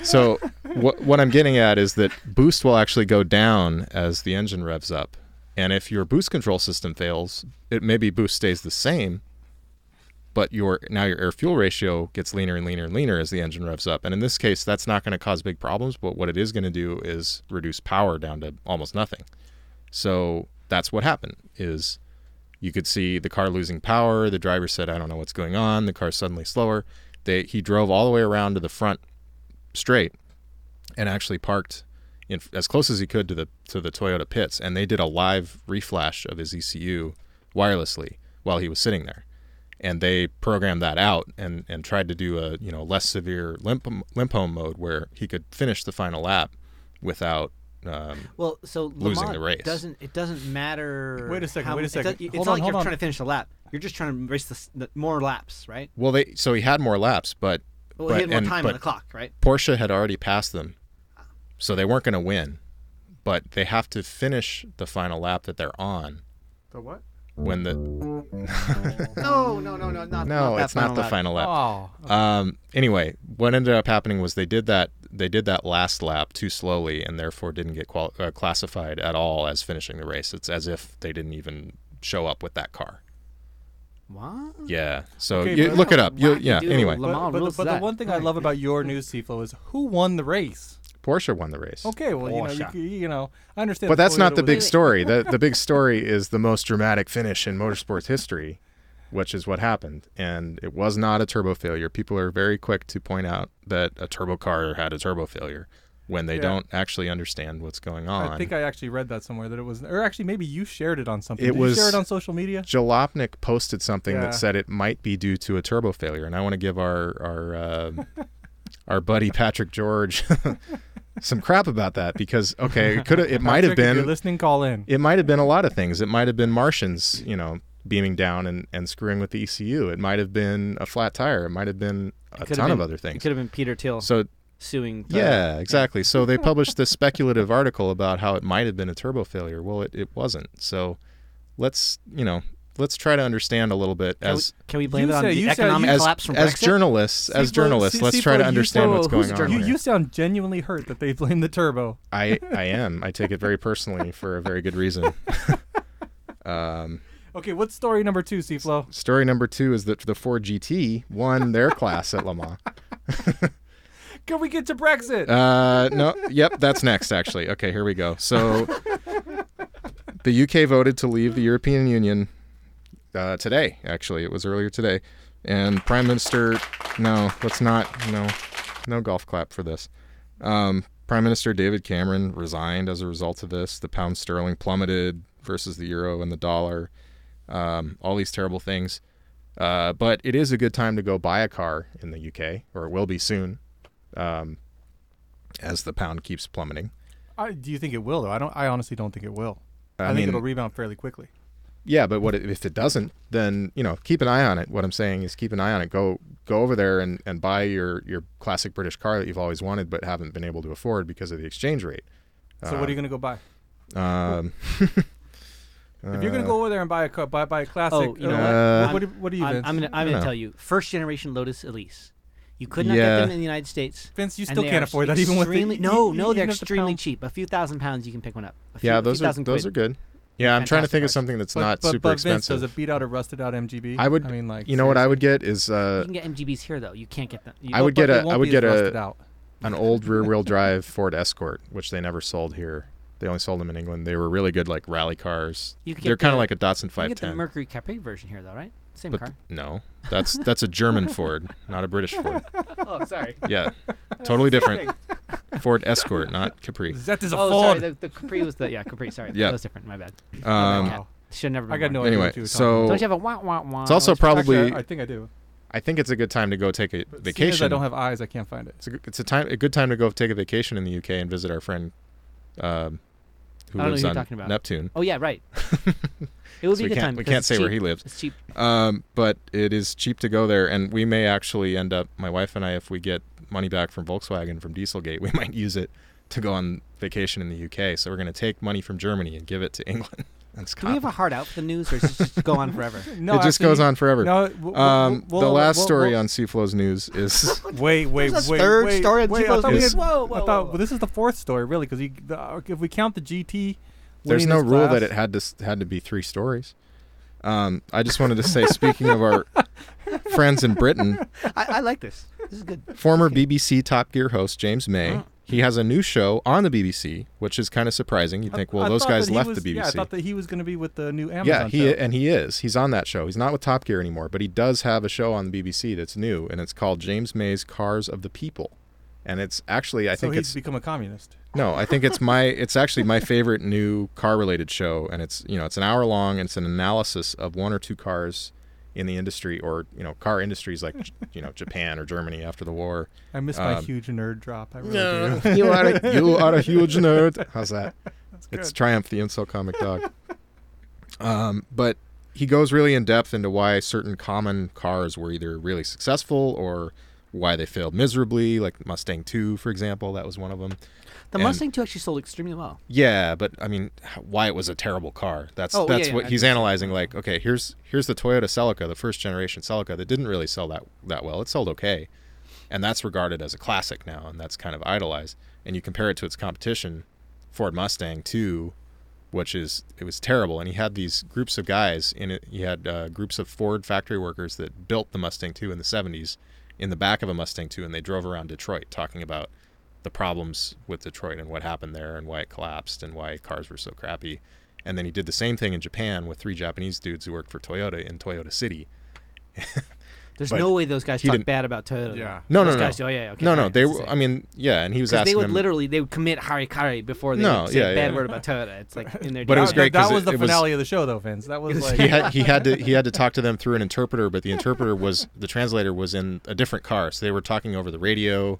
So what what I'm getting at is that boost will actually go down as the engine revs up, and if your boost control system fails, it maybe boost stays the same, but your now your air fuel ratio gets leaner and leaner and leaner as the engine revs up. And in this case, that's not going to cause big problems, but what it is going to do is reduce power down to almost nothing. So that's what happened is you could see the car losing power. The driver said, I don't know what's going on. The car's suddenly slower. They, he drove all the way around to the front straight and actually parked in, as close as he could to the to the Toyota pits, and they did a live reflash of his ECU wirelessly while he was sitting there, and they programmed that out and and tried to do a you know less severe limp limp home mode where he could finish the final lap without. Um,
Well, so
Losing
Lamont
the race.
doesn't it doesn't matter.
Wait a second,
how
wait a
many- it
second.
does- it's
Hold
not
on,
like you're
hold on.
trying to finish a lap. You're just trying to race the, s- the more laps, right?
well, they so he had more laps, but
Well,
but,
he had more
and-
time
but
on the clock, right?
Porsche had already passed them, so they weren't going to win. But they have to finish the final lap that they're on
The what?
when the
No, no, no, no, not
No,
that
it's not the
lap.
final lap.
Oh,
Um, anyway, what ended up happening was they did that they did that last lap too slowly and therefore didn't get qual- uh, classified at all as finishing the race. It's as if they didn't even show up with that car.
What?
Yeah. So
Hmm. Okay,
you,
but-
look it up. You,
Wacky
yeah.
doodle
Anyway,
lap.
but,
Lamar
but, the,
rules
but the
that.
one thing I love about your news, Seaflow, is who won the race.
Porsche won the race.
Okay, well you know you,
Porsche.
c- you know I understand.
But that's
Toyota
not the
was-
big story. The the big story is the most dramatic finish in motorsports history, which is what happened. And it was not a turbo failure. People are very quick to point out that a turbo car had a turbo failure when they
Yeah.
don't actually understand what's going on.
I think I actually read that somewhere that it was, or actually maybe you shared it on something.
It
Did
was-
you share it on social media.
Jalopnik posted something
Yeah.
that said it might be due to a turbo failure, and I want to give our our uh, our buddy Patrick George some crap about that because okay, it could it might have
Patrick, If you're
been
listening. Call in.
it might have been a lot of things. It might have been Martians, you know, beaming down and, and screwing with the ECU. It might have been a flat tire. It might have been a
Could've
ton of
been-
other
It
things.
could have been Peter Thiel
So
suing. Toyota.
yeah, exactly. So they published this speculative article about how it might have been a turbo failure. Well, it, it wasn't. So let's you know let's try to understand a little bit
Can we,
as
can we blame
You
it on
say-
the
you say-
economic
you-
as,
collapse from
as
Brexit?
journalists as
Seaflow-
journalists
Se-
let's
Seaflow,
try to
you-
understand what's
Seaflow, who's
going
a
on.
You,
journalist?
here.
you sound genuinely hurt that they blame the turbo.
I I am. I take it very personally for a very good reason.
Okay, what's story number two, Seaflow?
Story number two is that the Ford GT won their class at Le Mans.
Can we get to Brexit?
Uh, no. Yep, that's next actually. Okay, here we go. So the UK voted to leave the European Union uh, today. Actually, it was earlier today, and Prime Minister. No, let's not. No, no golf clap for this. Um, Prime Minister David Cameron resigned as a result of this. The pound sterling plummeted versus the euro and the dollar. Um, all these terrible things. Uh, but it is a good time to go buy a car in the UK, or it will be soon, um, as the pound keeps plummeting.
I, do you think it will though? I don't. I honestly don't think it will. I,
I
think
mean-
it'll rebound fairly quickly.
Yeah, but what it- if it doesn't? Then you know, keep an eye on it. What I'm saying is, keep an eye on it. Go go over there and, and buy your your classic British car that you've always wanted but haven't been able to afford because of the exchange rate.
So what are you going to go buy?
uh, Um, uh,
if you're going to go over there and buy a car, buy buy a classic.
Oh, you know
what?
uh, what, what, do- what do you,
I'm,
Vince?
I'm gonna, I'm
I
gonna
know.
tell you. First generation Lotus Elise. You could not get
Yeah.
them in the United States.
Vince, you
and
still
they
can't
are
afford that even with the-
extremely- no,
e-
no, they're
even if the
extremely
pound-
cheap. A few thousand pounds, you can pick one up. A few,
yeah,
a few
those are
thousand
those are
quid.
good. Yeah, I'm trying to think of
Fantastic.
something that's
but,
not
but,
super
but Vince,
expensive.
does it beat out a rusted out MGB?
I would.
I mean, like
you know what I would get is uh,
You can get MGBs here though. You can't get them. You-
I would
but
get
it
a- I
Won't
would
be
get
as
a-
rusted out.
an old rear wheel drive Ford Escort, which they never sold here. They only sold them in England. They were really good, like rally cars.
You could get
They're kind
the-
of like a Datsun
You can get the
510.
Mercury Capri version here though, right? Same
but
car.
no, that's that's a German Ford, not a British Ford.
oh, sorry.
Yeah, totally different. Ford Escort, not Capri.
Zet is a
Oh, sorry.
Ford.
The, the Capri was the yeah Capri. Sorry,
Yeah.
that was different. My bad.
Um,
Wow.
Should never. Been
I got no
born.
idea
anyway,
what you were talking
so
Don't you have a wah wah wah?
it's also
Actually,
probably
I, I think I do.
I think it's a good time to go take a
Seeing as
vacation.
I don't have eyes. I can't find it.
it's a, good- it's a time a good time to go take a vacation in the UK and visit our friend, um, who
I don't know
lives
who you're
on
talking about.
Neptune.
Oh yeah, right. it would be
So we
a good
can't
time.
we
because
can't
it's
say where he
cheap.
lives.
It's cheap.
Um, but it is cheap to go there, and we may actually end up. My wife and I, if we get money back from Volkswagen from Dieselgate, we might use it to go on vacation in the UK. So we're going to take money from Germany and give it to England and
Do we
Scotland.
have a hard out for the news, or does it just go on forever?
No,
it just goes
actually-
on forever.
No, w- w-
um,
w-
the
we'll-
last
we'll-
story
we'll-
on Seaflow's news is
Wait, wait,
There's a
wait.
third
wait,
story on
wait, I
Tebow
thought we
News.
had,
Whoa, whoa,
I thought
whoa.
well, this is the fourth story, really, because uh, if we count the GT,
there's
winning
no
his
rule
class-
that it had to s- had to be three stories. Um, I just wanted to say, speaking of our friends in Britain,
I, I like this. This is good.
former BBC Top Gear host James May,
Uh-huh.
he has a new show on the BBC, which is kind of surprising. You'd think, well,
I
those
thought
guys
that he
left
was-
the BBC.
Yeah, I thought that he was going to be with the new Amazon.
Yeah, he
show.
and he is. He's on that show. He's not with Top Gear anymore, but he does have a show on the BBC that's new, and it's called James May's Cars of the People. And it's actually, I
so
think
he's
it's
become a communist.
no, I think it's my, it's actually my favorite new car-related show, and it's you know it's an hour long, and it's an analysis of one or two cars in the industry, or you know car industries like J- you know Japan or Germany after the war.
I miss my
Um,
huge nerd drop. I really do.
you are a, you are a huge nerd. How's that? It's Triumph, the insult comic dog. Um, but he goes really in depth into why certain common cars were either really successful or why they failed miserably, like Mustang 2, for example. That was one of them.
The
And-
Mustang 2 actually sold extremely well.
Yeah, but I mean, h- why it was a terrible car. That's
Oh,
that's
yeah,
what
yeah, I
he's
understand.
analyzing. Like, okay, here's here's the Toyota Celica, the first generation Celica, that didn't really sell that that well. It sold okay, and that's regarded as a classic now, and that's kind of idolized. And you compare it to its competition, Ford Mustang too, which is it was terrible. And he had these groups of guys in it. He had uh, groups of Ford factory workers that built the Mustang two in the '70s in the back of a Mustang two, and they drove around Detroit talking about the problems with Detroit and what happened there and why it collapsed and why cars were so crappy. And then he did the same thing in Japan with three Japanese dudes who worked for Toyota in Toyota City.
There's
But
no way those guys
he
talk
didn't-
bad about Toyota. though.
Yeah.
No,
Those
no, no,
guys- oh, yeah, okay,
no, no.
alright,
They
that's
were.
the
I mean, yeah. And he was
'Cause
asking
they would
him,
literally they would commit harikari before they
No,
would say
yeah,
a bad
yeah.
word about Toyota. It's like in their
But it was
That-
great 'cause
That,
it-
was the
it was-
finale of the show, though, Vince. That was like
he had he had to he had to talk to them through an interpreter, but the interpreter was the translator was in a different car, so they were talking over the radio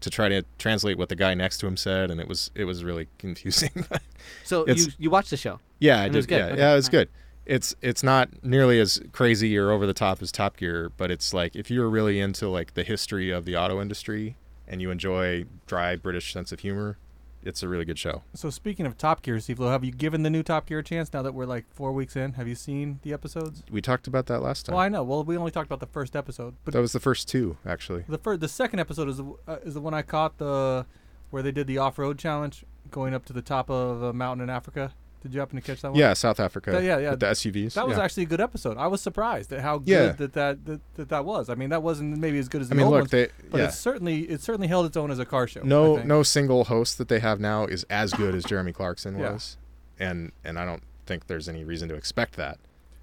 to try to translate what the guy next to him said, and it was it was really confusing.
So you
it's-
you watch the show.
Yeah, I
And
did.
it was good.
Yeah,
Okay,
yeah, it was
all
good. It's it's not nearly as crazy or over the top as Top Gear, but it's like if you're really into like the history of the auto industry and you enjoy dry British sense of humor, it's a really good show.
So speaking of Top Gear, Steve, Lo, have you given the new Top Gear a chance? Now that we're like four weeks in, have you seen the episodes?
We talked about that last time.
Well, I know. Well, we only talked about the first episode, but
that was the first two actually.
the first, the second episode is the w- uh, is the one I caught the where they did the off road challenge, going up to the top of a mountain in Africa. Did you happen to catch that one?
Yeah, South Africa.
That- yeah, yeah.
With the SUVs.
That was
yeah.
actually a good episode. I was surprised at how good
Yeah.
that, that, that that that was. I mean, that wasn't maybe as good as
I
the
mean,
old
look,
ones,
they
but
yeah.
it certainly it certainly held its own as a car show. I
no
think.
no single host that they have now is as good as Jeremy Clarkson
Yeah.
was, and and I don't think there's any reason to expect that.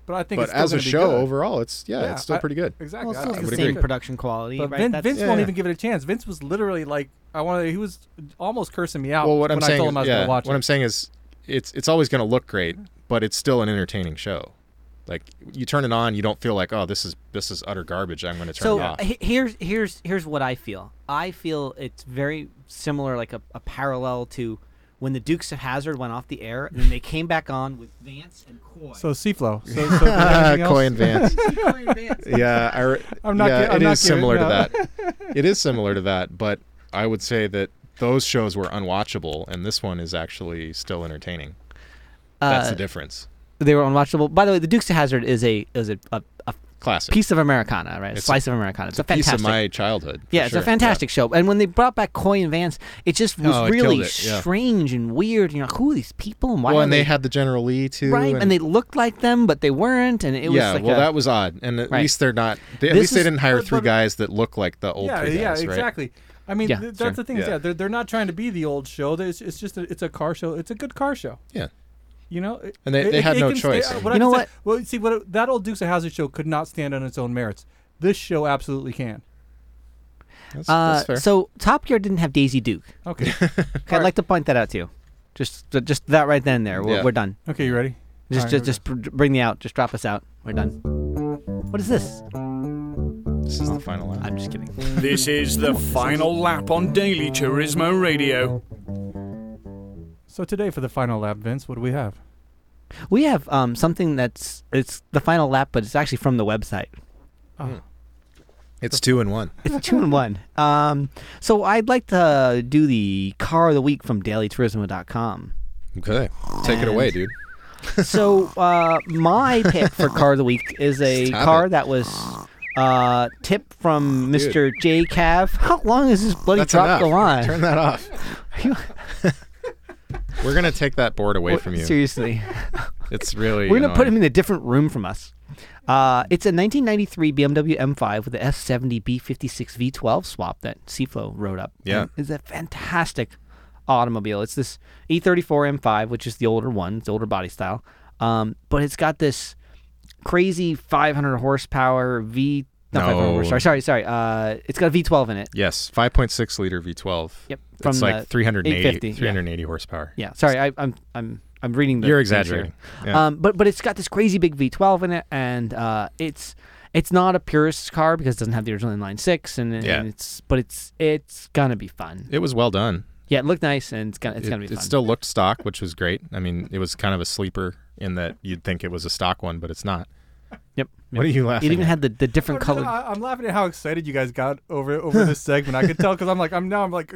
But I think
But
it's still
as a
gonna be
show
good.
overall, it's yeah,
Yeah,
it's still
I-
pretty good.
exactly.
Well,
I
still
think
I
the
would
it's
same
agree.
good.
production quality,
But
right?
Vin,
That's-
Vince won't
Yeah.
even give it a chance. Vince was literally like, I wanted. He was almost cursing me out
well, what I'm
when
saying,
I told him I was
yeah,
going to watch
what
it.
I'm saying is, it's it's always going to look great, but it's still an entertaining show. Like you turn it on, you don't feel like, oh, this is this is utter garbage. I'm going to turn
so uh,
it off.
he- here's here's here's what I feel. I feel it's very similar, like a, a parallel to when the Dukes of Hazard went off the air and then they came back on with Vance and Coy.
so Seaflow. So, so if there's anything else-
Uh, Coy and Vance.
Coy and Vance.
yeah, I, re-
I'm not
yeah,
gi- I'm
it
not
is
giving-
similar
no.
to that. It is similar to that, but I would say that those shows were unwatchable, and this one is actually still entertaining. That's
Uh,
the difference.
they were unwatchable. By the way, the Dukes of Hazard is a is a, a, a
Classic.
piece of Americana, right? a
It's a-
slice of Americana. It's, a
Piece
fantastic
of my childhood. for
Yeah, it's
sure.
a fantastic show. And when they brought back Coy and Vance, it just was
Oh, it killed
really
it, yeah.
strange and weird. You're like, who are these people and why
Well,
are
and they had the General Lee too.
right? And,
and
they looked like them, but they weren't. And it was
yeah,
like
well,
a-
that was odd, and at
Right.
least they're not. They, at
This
least they
is-
didn't hire
but-
three
but-
guys that look like the old
yeah,
three
yeah,
guys, right?
exactly. I mean,
Yeah,
th- that's
sure.
the thing.
Yeah.
Yeah, they're, they're not trying to be the old show. They- It's, it's just a, it's a car show. It's a good car show.
Yeah.
You know, It-
And they-
it-
they
it-
had
it
no
can
choice.
Stay, uh,
You know
I can say- well, see, what that old Dukes of Hazzard show could not stand on its own merits. This show absolutely can.
That's,
Uh,
that's fair.
So Top Gear didn't have Daisy Duke.
Okay.
Okay, I'd like to point that out to you. Just th- just that right then and there. We're,
Yeah.
we're done.
okay, you ready?
Just
All right, here
just
we
just pr- bring me out. Just drop us out. We're done. What is this?
this is the final line.
I'm just kidding.
This is the final lap on Daily Turismo Radio.
go. So today for the final lap, Vince, what do we have?
We have um, something that's it's the final lap, but it's actually from the website.
It's two and one.
It's two and one. Um, so I'd like to do the car of the week from dailyturismo.com.
Okay, take it
And-
away, dude.
So uh, my pick for car of the week is a
Stop
car
it. Oh,
that was uh, tip from Mr. J. Cav. How long is this bloody
That's
drop
enough.
the line?
Turn that off.
We're gonna take that board away from you.
Seriously.
It's really.
We're gonna put him
annoying.
in a different room from us. Uh, it's a 1993 BMW M5 with the S70 B56 V12 swap that Seaflow rode up.
Yeah.
And it's a fantastic automobile. It's this E E34 M5, which is the older one, it's the older body style, um, but it's got this crazy 500 horsepower V. Not 500
No.
horsepower. Sorry, sorry. Uh, it's got a V12 in it.
Yes, 5.6 liter V12.
Yep, from
It's like
the
380,
850, yeah.
380 horsepower.
Yeah. Sorry, I, I'm I'm I'm reading. The
You're
things here.
exaggerating. Yeah.
Um, but but it's got this crazy big V12 in it, and uh, it's it's not a purist car because it doesn't have the original inline six, and, and
Yeah.
it's but it's it's gonna be fun.
It was well done.
Yeah, it looked nice, and it's gonna it's
it,
gonna be
it
fun.
still looked stock, which was great. I mean, it was kind of a sleeper in that you'd think it was a stock one, but it's not.
yep.
What are you laughing?
It even
at?
had the, the different
No,
color.
no, no, I, am laughing at how excited you guys got over over this segment. I could tell because I'm like I'm now I'm like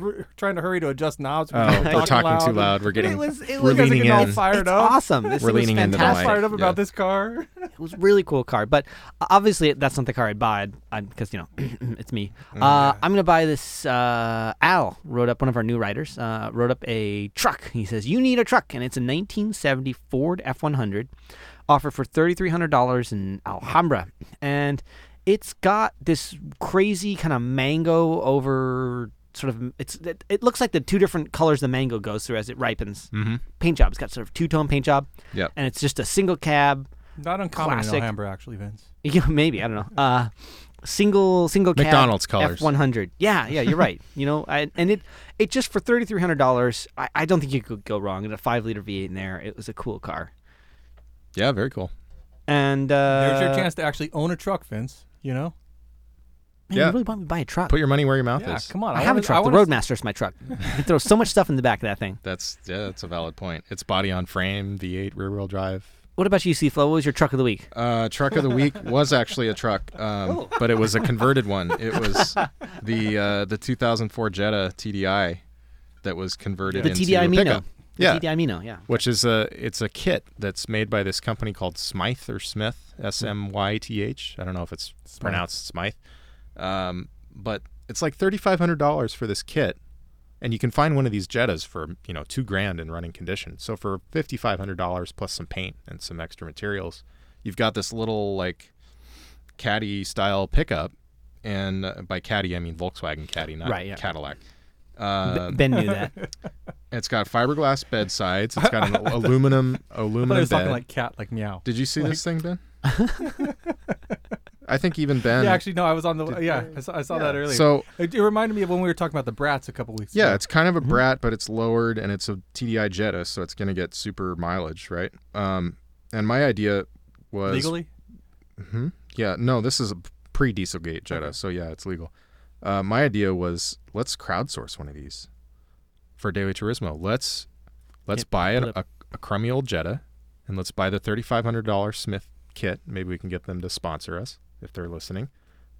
r- trying to hurry to adjust now. So
Oh,
can
we're talking too
and-
loud. We're getting.
it was it
we're
You
was
guys are
leaning
getting all
in.
fired
it's
up.
awesome. This
We're
thing was
leaning into the
All
fantastic.
light.
fired up
Yeah.
about this car.
It was a really cool car, but obviously that's not the car I'd buy. I'd because you know it's me. Uh, I'm gonna buy this. Uh, Al wrote up one of our new writers. Uh, wrote up a truck. He says you need a truck, and it's a 1970 Ford F100, offered for $3,300 in Alhambra, and it's got this crazy kind of mango over sort of it's it, it looks like the two different colors the mango goes through as it ripens. Mm-hmm. Paint job. It's got sort of two tone paint job.
Yep.
And it's just a single cab.
Not uncommon
Classic.
in Alhambra, actually, Vince.
Yeah, maybe I don't know. Uh, single single cab
McDonald's colours.
F one hundred. Yeah, yeah, you're right. You know, I, and it it just for thirty three hundred dollars. I, I don't think you could go wrong. And a five liter V eight in there, it was a cool car.
yeah, very cool.
And uh,
There's your chance to actually own a truck, Vince. You know?
Man,
Yeah.
you really want me to buy a truck?
Put your money where your mouth
Yeah,
is.
come on.
I, have a
wanna-
truck. The
wanna-
Roadmaster's my truck. You can throw so much stuff in the back of that thing.
That's yeah, that's a valid point. It's body on frame, V8, rear wheel drive.
What about you, C Flow? What was your truck of the week?
Uh, truck of the week was actually a truck,
Oh.
um, but it was a converted one. It was the uh, the 2004 Jetta TDI that was converted
The
into
TDI
a
Mino.
pickup. Yeah,
TDI Mino. Yeah.
which is a it's a kit that's made by this company called Smythe or Smith S M Y T H. I don't know if it's pronounced Smythe, um, but it's like thirty five hundred dollars for this kit, and you can find one of these Jettas for you know two grand in running condition. So for fifty five hundred dollars plus some paint and some extra materials, you've got this little like caddy style pickup, and uh, by caddy I mean Volkswagen caddy, not
Right, yeah.
Cadillac. Uh,
ben knew that.
it's got fiberglass bed sides. It's got an aluminum
I thought he
aluminum
was
bed.
talking like cat, like meow.
Did you see this thing, Ben? I think even Ben.
Yeah, actually, no. I was on the. Yeah, I saw, I saw that earlier.
So
it, it reminded me of when we were talking about the brats a couple weeks.
yeah,
ago.
it's kind
Mm-hmm.
of a brat, but it's lowered and it's a TDI Jetta, so it's gonna get super mileage, right? Um, and my idea was
legally.
Yeah, no, this is a pre Dieselgate Jetta, so yeah, it's legal. Uh, my idea was let's crowdsource one of these for Daily Turismo. Let's let's
Yep,
buy
put
a, a, a crummy old Jetta, and let's buy the thirty five hundred dollar Smith kit. Maybe we can get them to sponsor us if they're listening,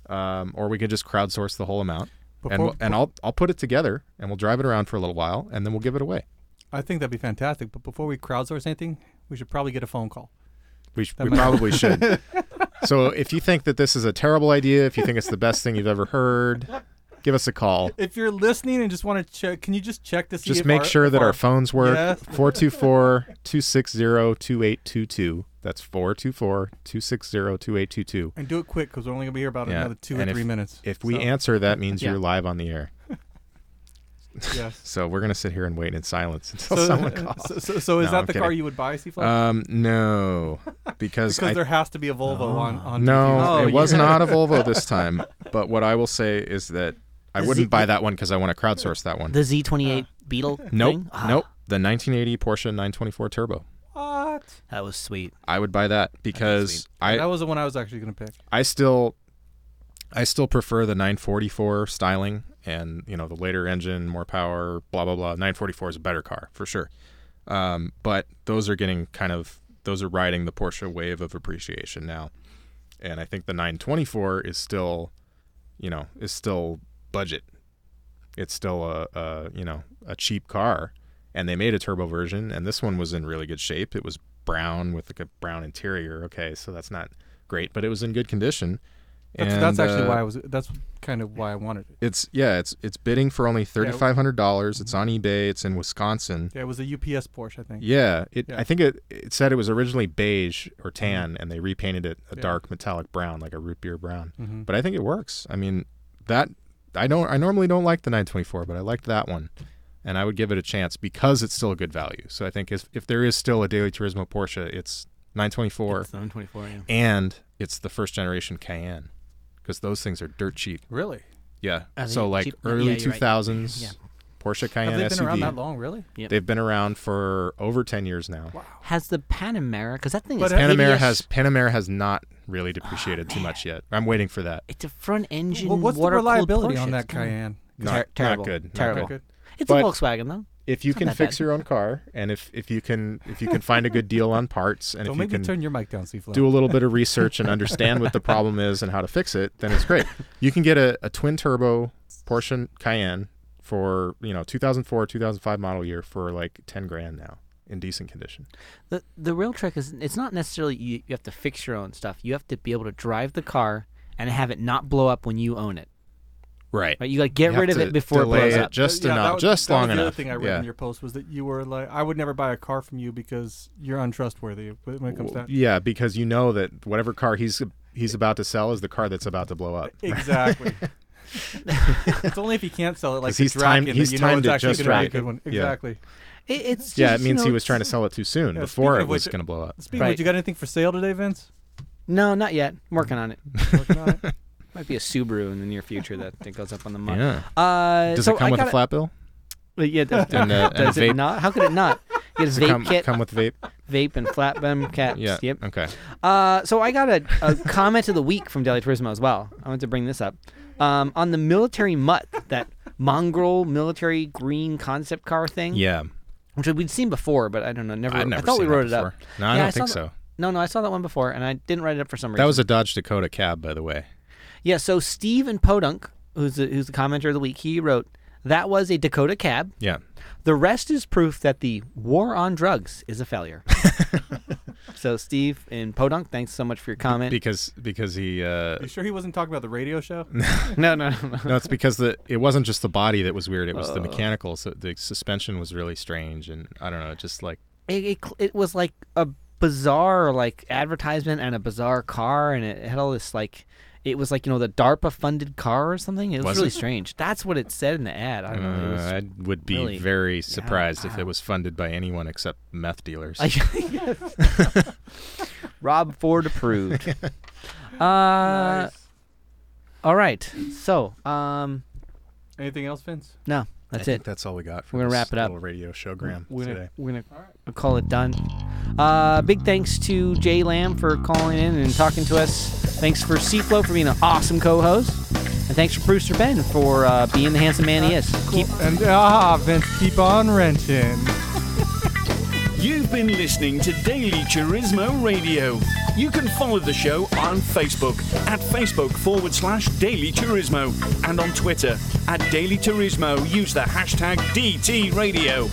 um, or we could just crowdsource the whole amount. and
Before-
we'll, and I'll I'll put it together and we'll drive it around for a little while and then we'll give it away.
I think that'd be fantastic. But before we crowdsource anything, we should probably get a phone call.
We, sh-
That
we
might-
probably should. So if you think that this is a terrible idea, if you think it's the best thing you've ever heard, give us a call.
If you're listening and just want to check, can you just check to see?
Just
if
make
our-
sure
if
that our phones work.
Yes.
424 260 2822. That's 424 260 2822.
and do it quick because we're only gonna be here about another two or three minutes.
If we
So,
answer, that means
Yeah.
you're live on the air.
yes.
So we're going to sit here and wait in silence until someone
So,
calls.
so, so, so is
No,
that
I'm
the
kidding.
car you would buy, Seaflow?
um, no, because,
because
I
there has to be a Volvo on on.
No,
DTS.
Oh,
it
you-
was not a Volvo this time. But what I will say is that I
The
wouldn't
Z-
buy that one because I want to crowdsource that one.
The Z28 Beetle.
nope,
thing? Ah,
nope. The 1980 Porsche 924 Turbo.
What?
That was sweet.
I would buy that because
that
I
was the one I was actually gonna pick.
I still I still prefer the 944 styling and you know the later engine, more power, blah blah blah. 944 is a better car for sure. Um, but those are getting kind of those are riding the Porsche wave of appreciation now, and I think the 924 is still you know, is still budget. It's still a, a you know a cheap car, and they made a turbo version, and this one was in really good shape. It was brown with like a brown interior. Okay, so that's not great, but it was in good condition.
That's,
and,
that's actually
uh,
why I was. That's kind of why I wanted it.
It's yeah, it's it's bidding for only thirty five hundred dollars. It's on eBay. It's in Wisconsin.
Yeah, it was a UPS Porsche, I think.
Yeah, it.
Yeah.
I think it, it said it was originally beige or tan, and they repainted it a
Yeah.
dark metallic brown, like a root beer brown.
Mhm.
But I think it works. I mean, that I don't. I normally don't like the 924, but I liked that one, and I would give it a chance because it's still a good value. So I think if if there is still a Daily Turismo Porsche, it's 924,
It's the 924, yeah.
and it's the first generation Cayenne, because those things are dirt cheap.
Really?
Yeah.
Are they
So like
cheap? Yeah,
early
you're right.
2000s,
Yeah.
Porsche Cayenne
Have they been
SUV.
around that long? Really?
They've been around for over 10 years now.
Has the Panamera, because that thing
But
is
it-
Panamera
hideous.
has Panamera has not really depreciated
Oh,
too much yet. I'm waiting for that.
It's a front engine.
Well, what's the
water-cooled
reliability
Porsche.
on that
It's kinda-
Cayenne?
Not,
Ter-
not
terrible.
good. not
Terrible.
good.
Good.
It's
But-
a Volkswagen though.
If you
It's not
can
that
fix
bad.
your own car and if if you can if you can find a good deal on parts and
Don't
if you
make me
can
turn your mic down, C.
do a little bit of research and understand what the problem is and how to fix it, then it's great. You can get a, a twin turbo Porsche Cayenne for, you know, 2004, 2005 model year for like 10 grand now in decent condition.
The the real trick is it's not necessarily you, you have to fix your own stuff. You have to be able to drive the car and have it not blow up when you own it.
Right.
Right? You like get
You have
rid of
to
it before it
delay
blows
it
up.
Just
yeah,
enough,
That was,
just
that
long
was The
enough.
other thing I read
yeah.
in your post was that you were like, I would never buy a car from you because you're untrustworthy when it comes to
Well,
that.
yeah, because you know that whatever car he's he's about to sell is the car that's about to blow up.
Exactly. it's only if he can't sell it, like
'Cause
the
he's timed-
Draken,
he's
that you know
timed
it's
it
actually
just
gonna be
right.
a good one.
Yeah.
Exactly.
It, it's just,
Yeah, it
you
means
know,
he was
it's-
trying to sell it too soon
Yeah,
before
speaking
it
of
was
which-
going to blow up.
Speaking of
Right.
which, you got anything for sale today, Vince?
No, not yet. I'm working on it.
Working on it?
Might be a Subaru in the near future that, that goes up on the mud.
Yeah.
Uh,
Does
so
it come
I
with a
gotta-
flat bill?
Yeah, does,
And, uh, and
does it
vape?
not? How could it not? You get a
Does
vape
it come,
kit,
come with vape?
vape and flat bum caps.
Yeah.
Yep.
Okay.
Uh, so I got a, a comment of the week from Deli Turismo as well. I want to bring this up um, on the military mutt, that mongrel military green concept car thing,
Yeah.
which we'd seen before, but I don't know, never.
I've never
I thought
seen
we wrote
that
it up.
before. No, I
Yeah,
don't
saw
think
that-
so.
No, no, I saw that one before, and I didn't write it up for some reason.
That was a Dodge Dakota cab, by the way.
yeah. So Steve and Podunk, who's the, who's the commenter of the week, he wrote that was a Dakota cab.
Yeah.
The rest is proof that the war on drugs is a failure. so Steve and Podunk, thanks so much for your comment.
Because because he uh,
You sure he wasn't talking about the radio show?
no, no, no, no.
no, it's because the it wasn't just the body that was weird. It
Uh.
was the mechanical. So the suspension was really strange, and I don't know. it Just like
it, it, cl- it was like a bizarre like advertisement and a bizarre car and it had all this like it was like you know the DARPA funded car or something. It was,
Was
really
it?
strange. That's what it said in the ad. I don't know. It was,
Uh, I would be
really- Uh.
very surprised if
wow.
it was funded by anyone except meth dealers.
Yes. Rob Ford approved. Uh, All right. So um,
Anything else, Vince?
no, that's it.
that's all we got. For
We're gonna wrap it up.
Little radio show, Graham.
We're
today.
gonna, we're gonna call it done. Uh, big thanks to Jay Lamb for calling in and talking to us. Thanks for Seaflow for being an awesome co-host, and thanks for Brewster Ben for uh, being the handsome man he is. Keep
And ah, Vince, keep on wrenching.
You've been listening to Daily Turismo Radio. You can follow the show on Facebook at Facebook forward slash Daily Turismo and on Twitter at Daily Turismo. Use the hashtag DT Radio.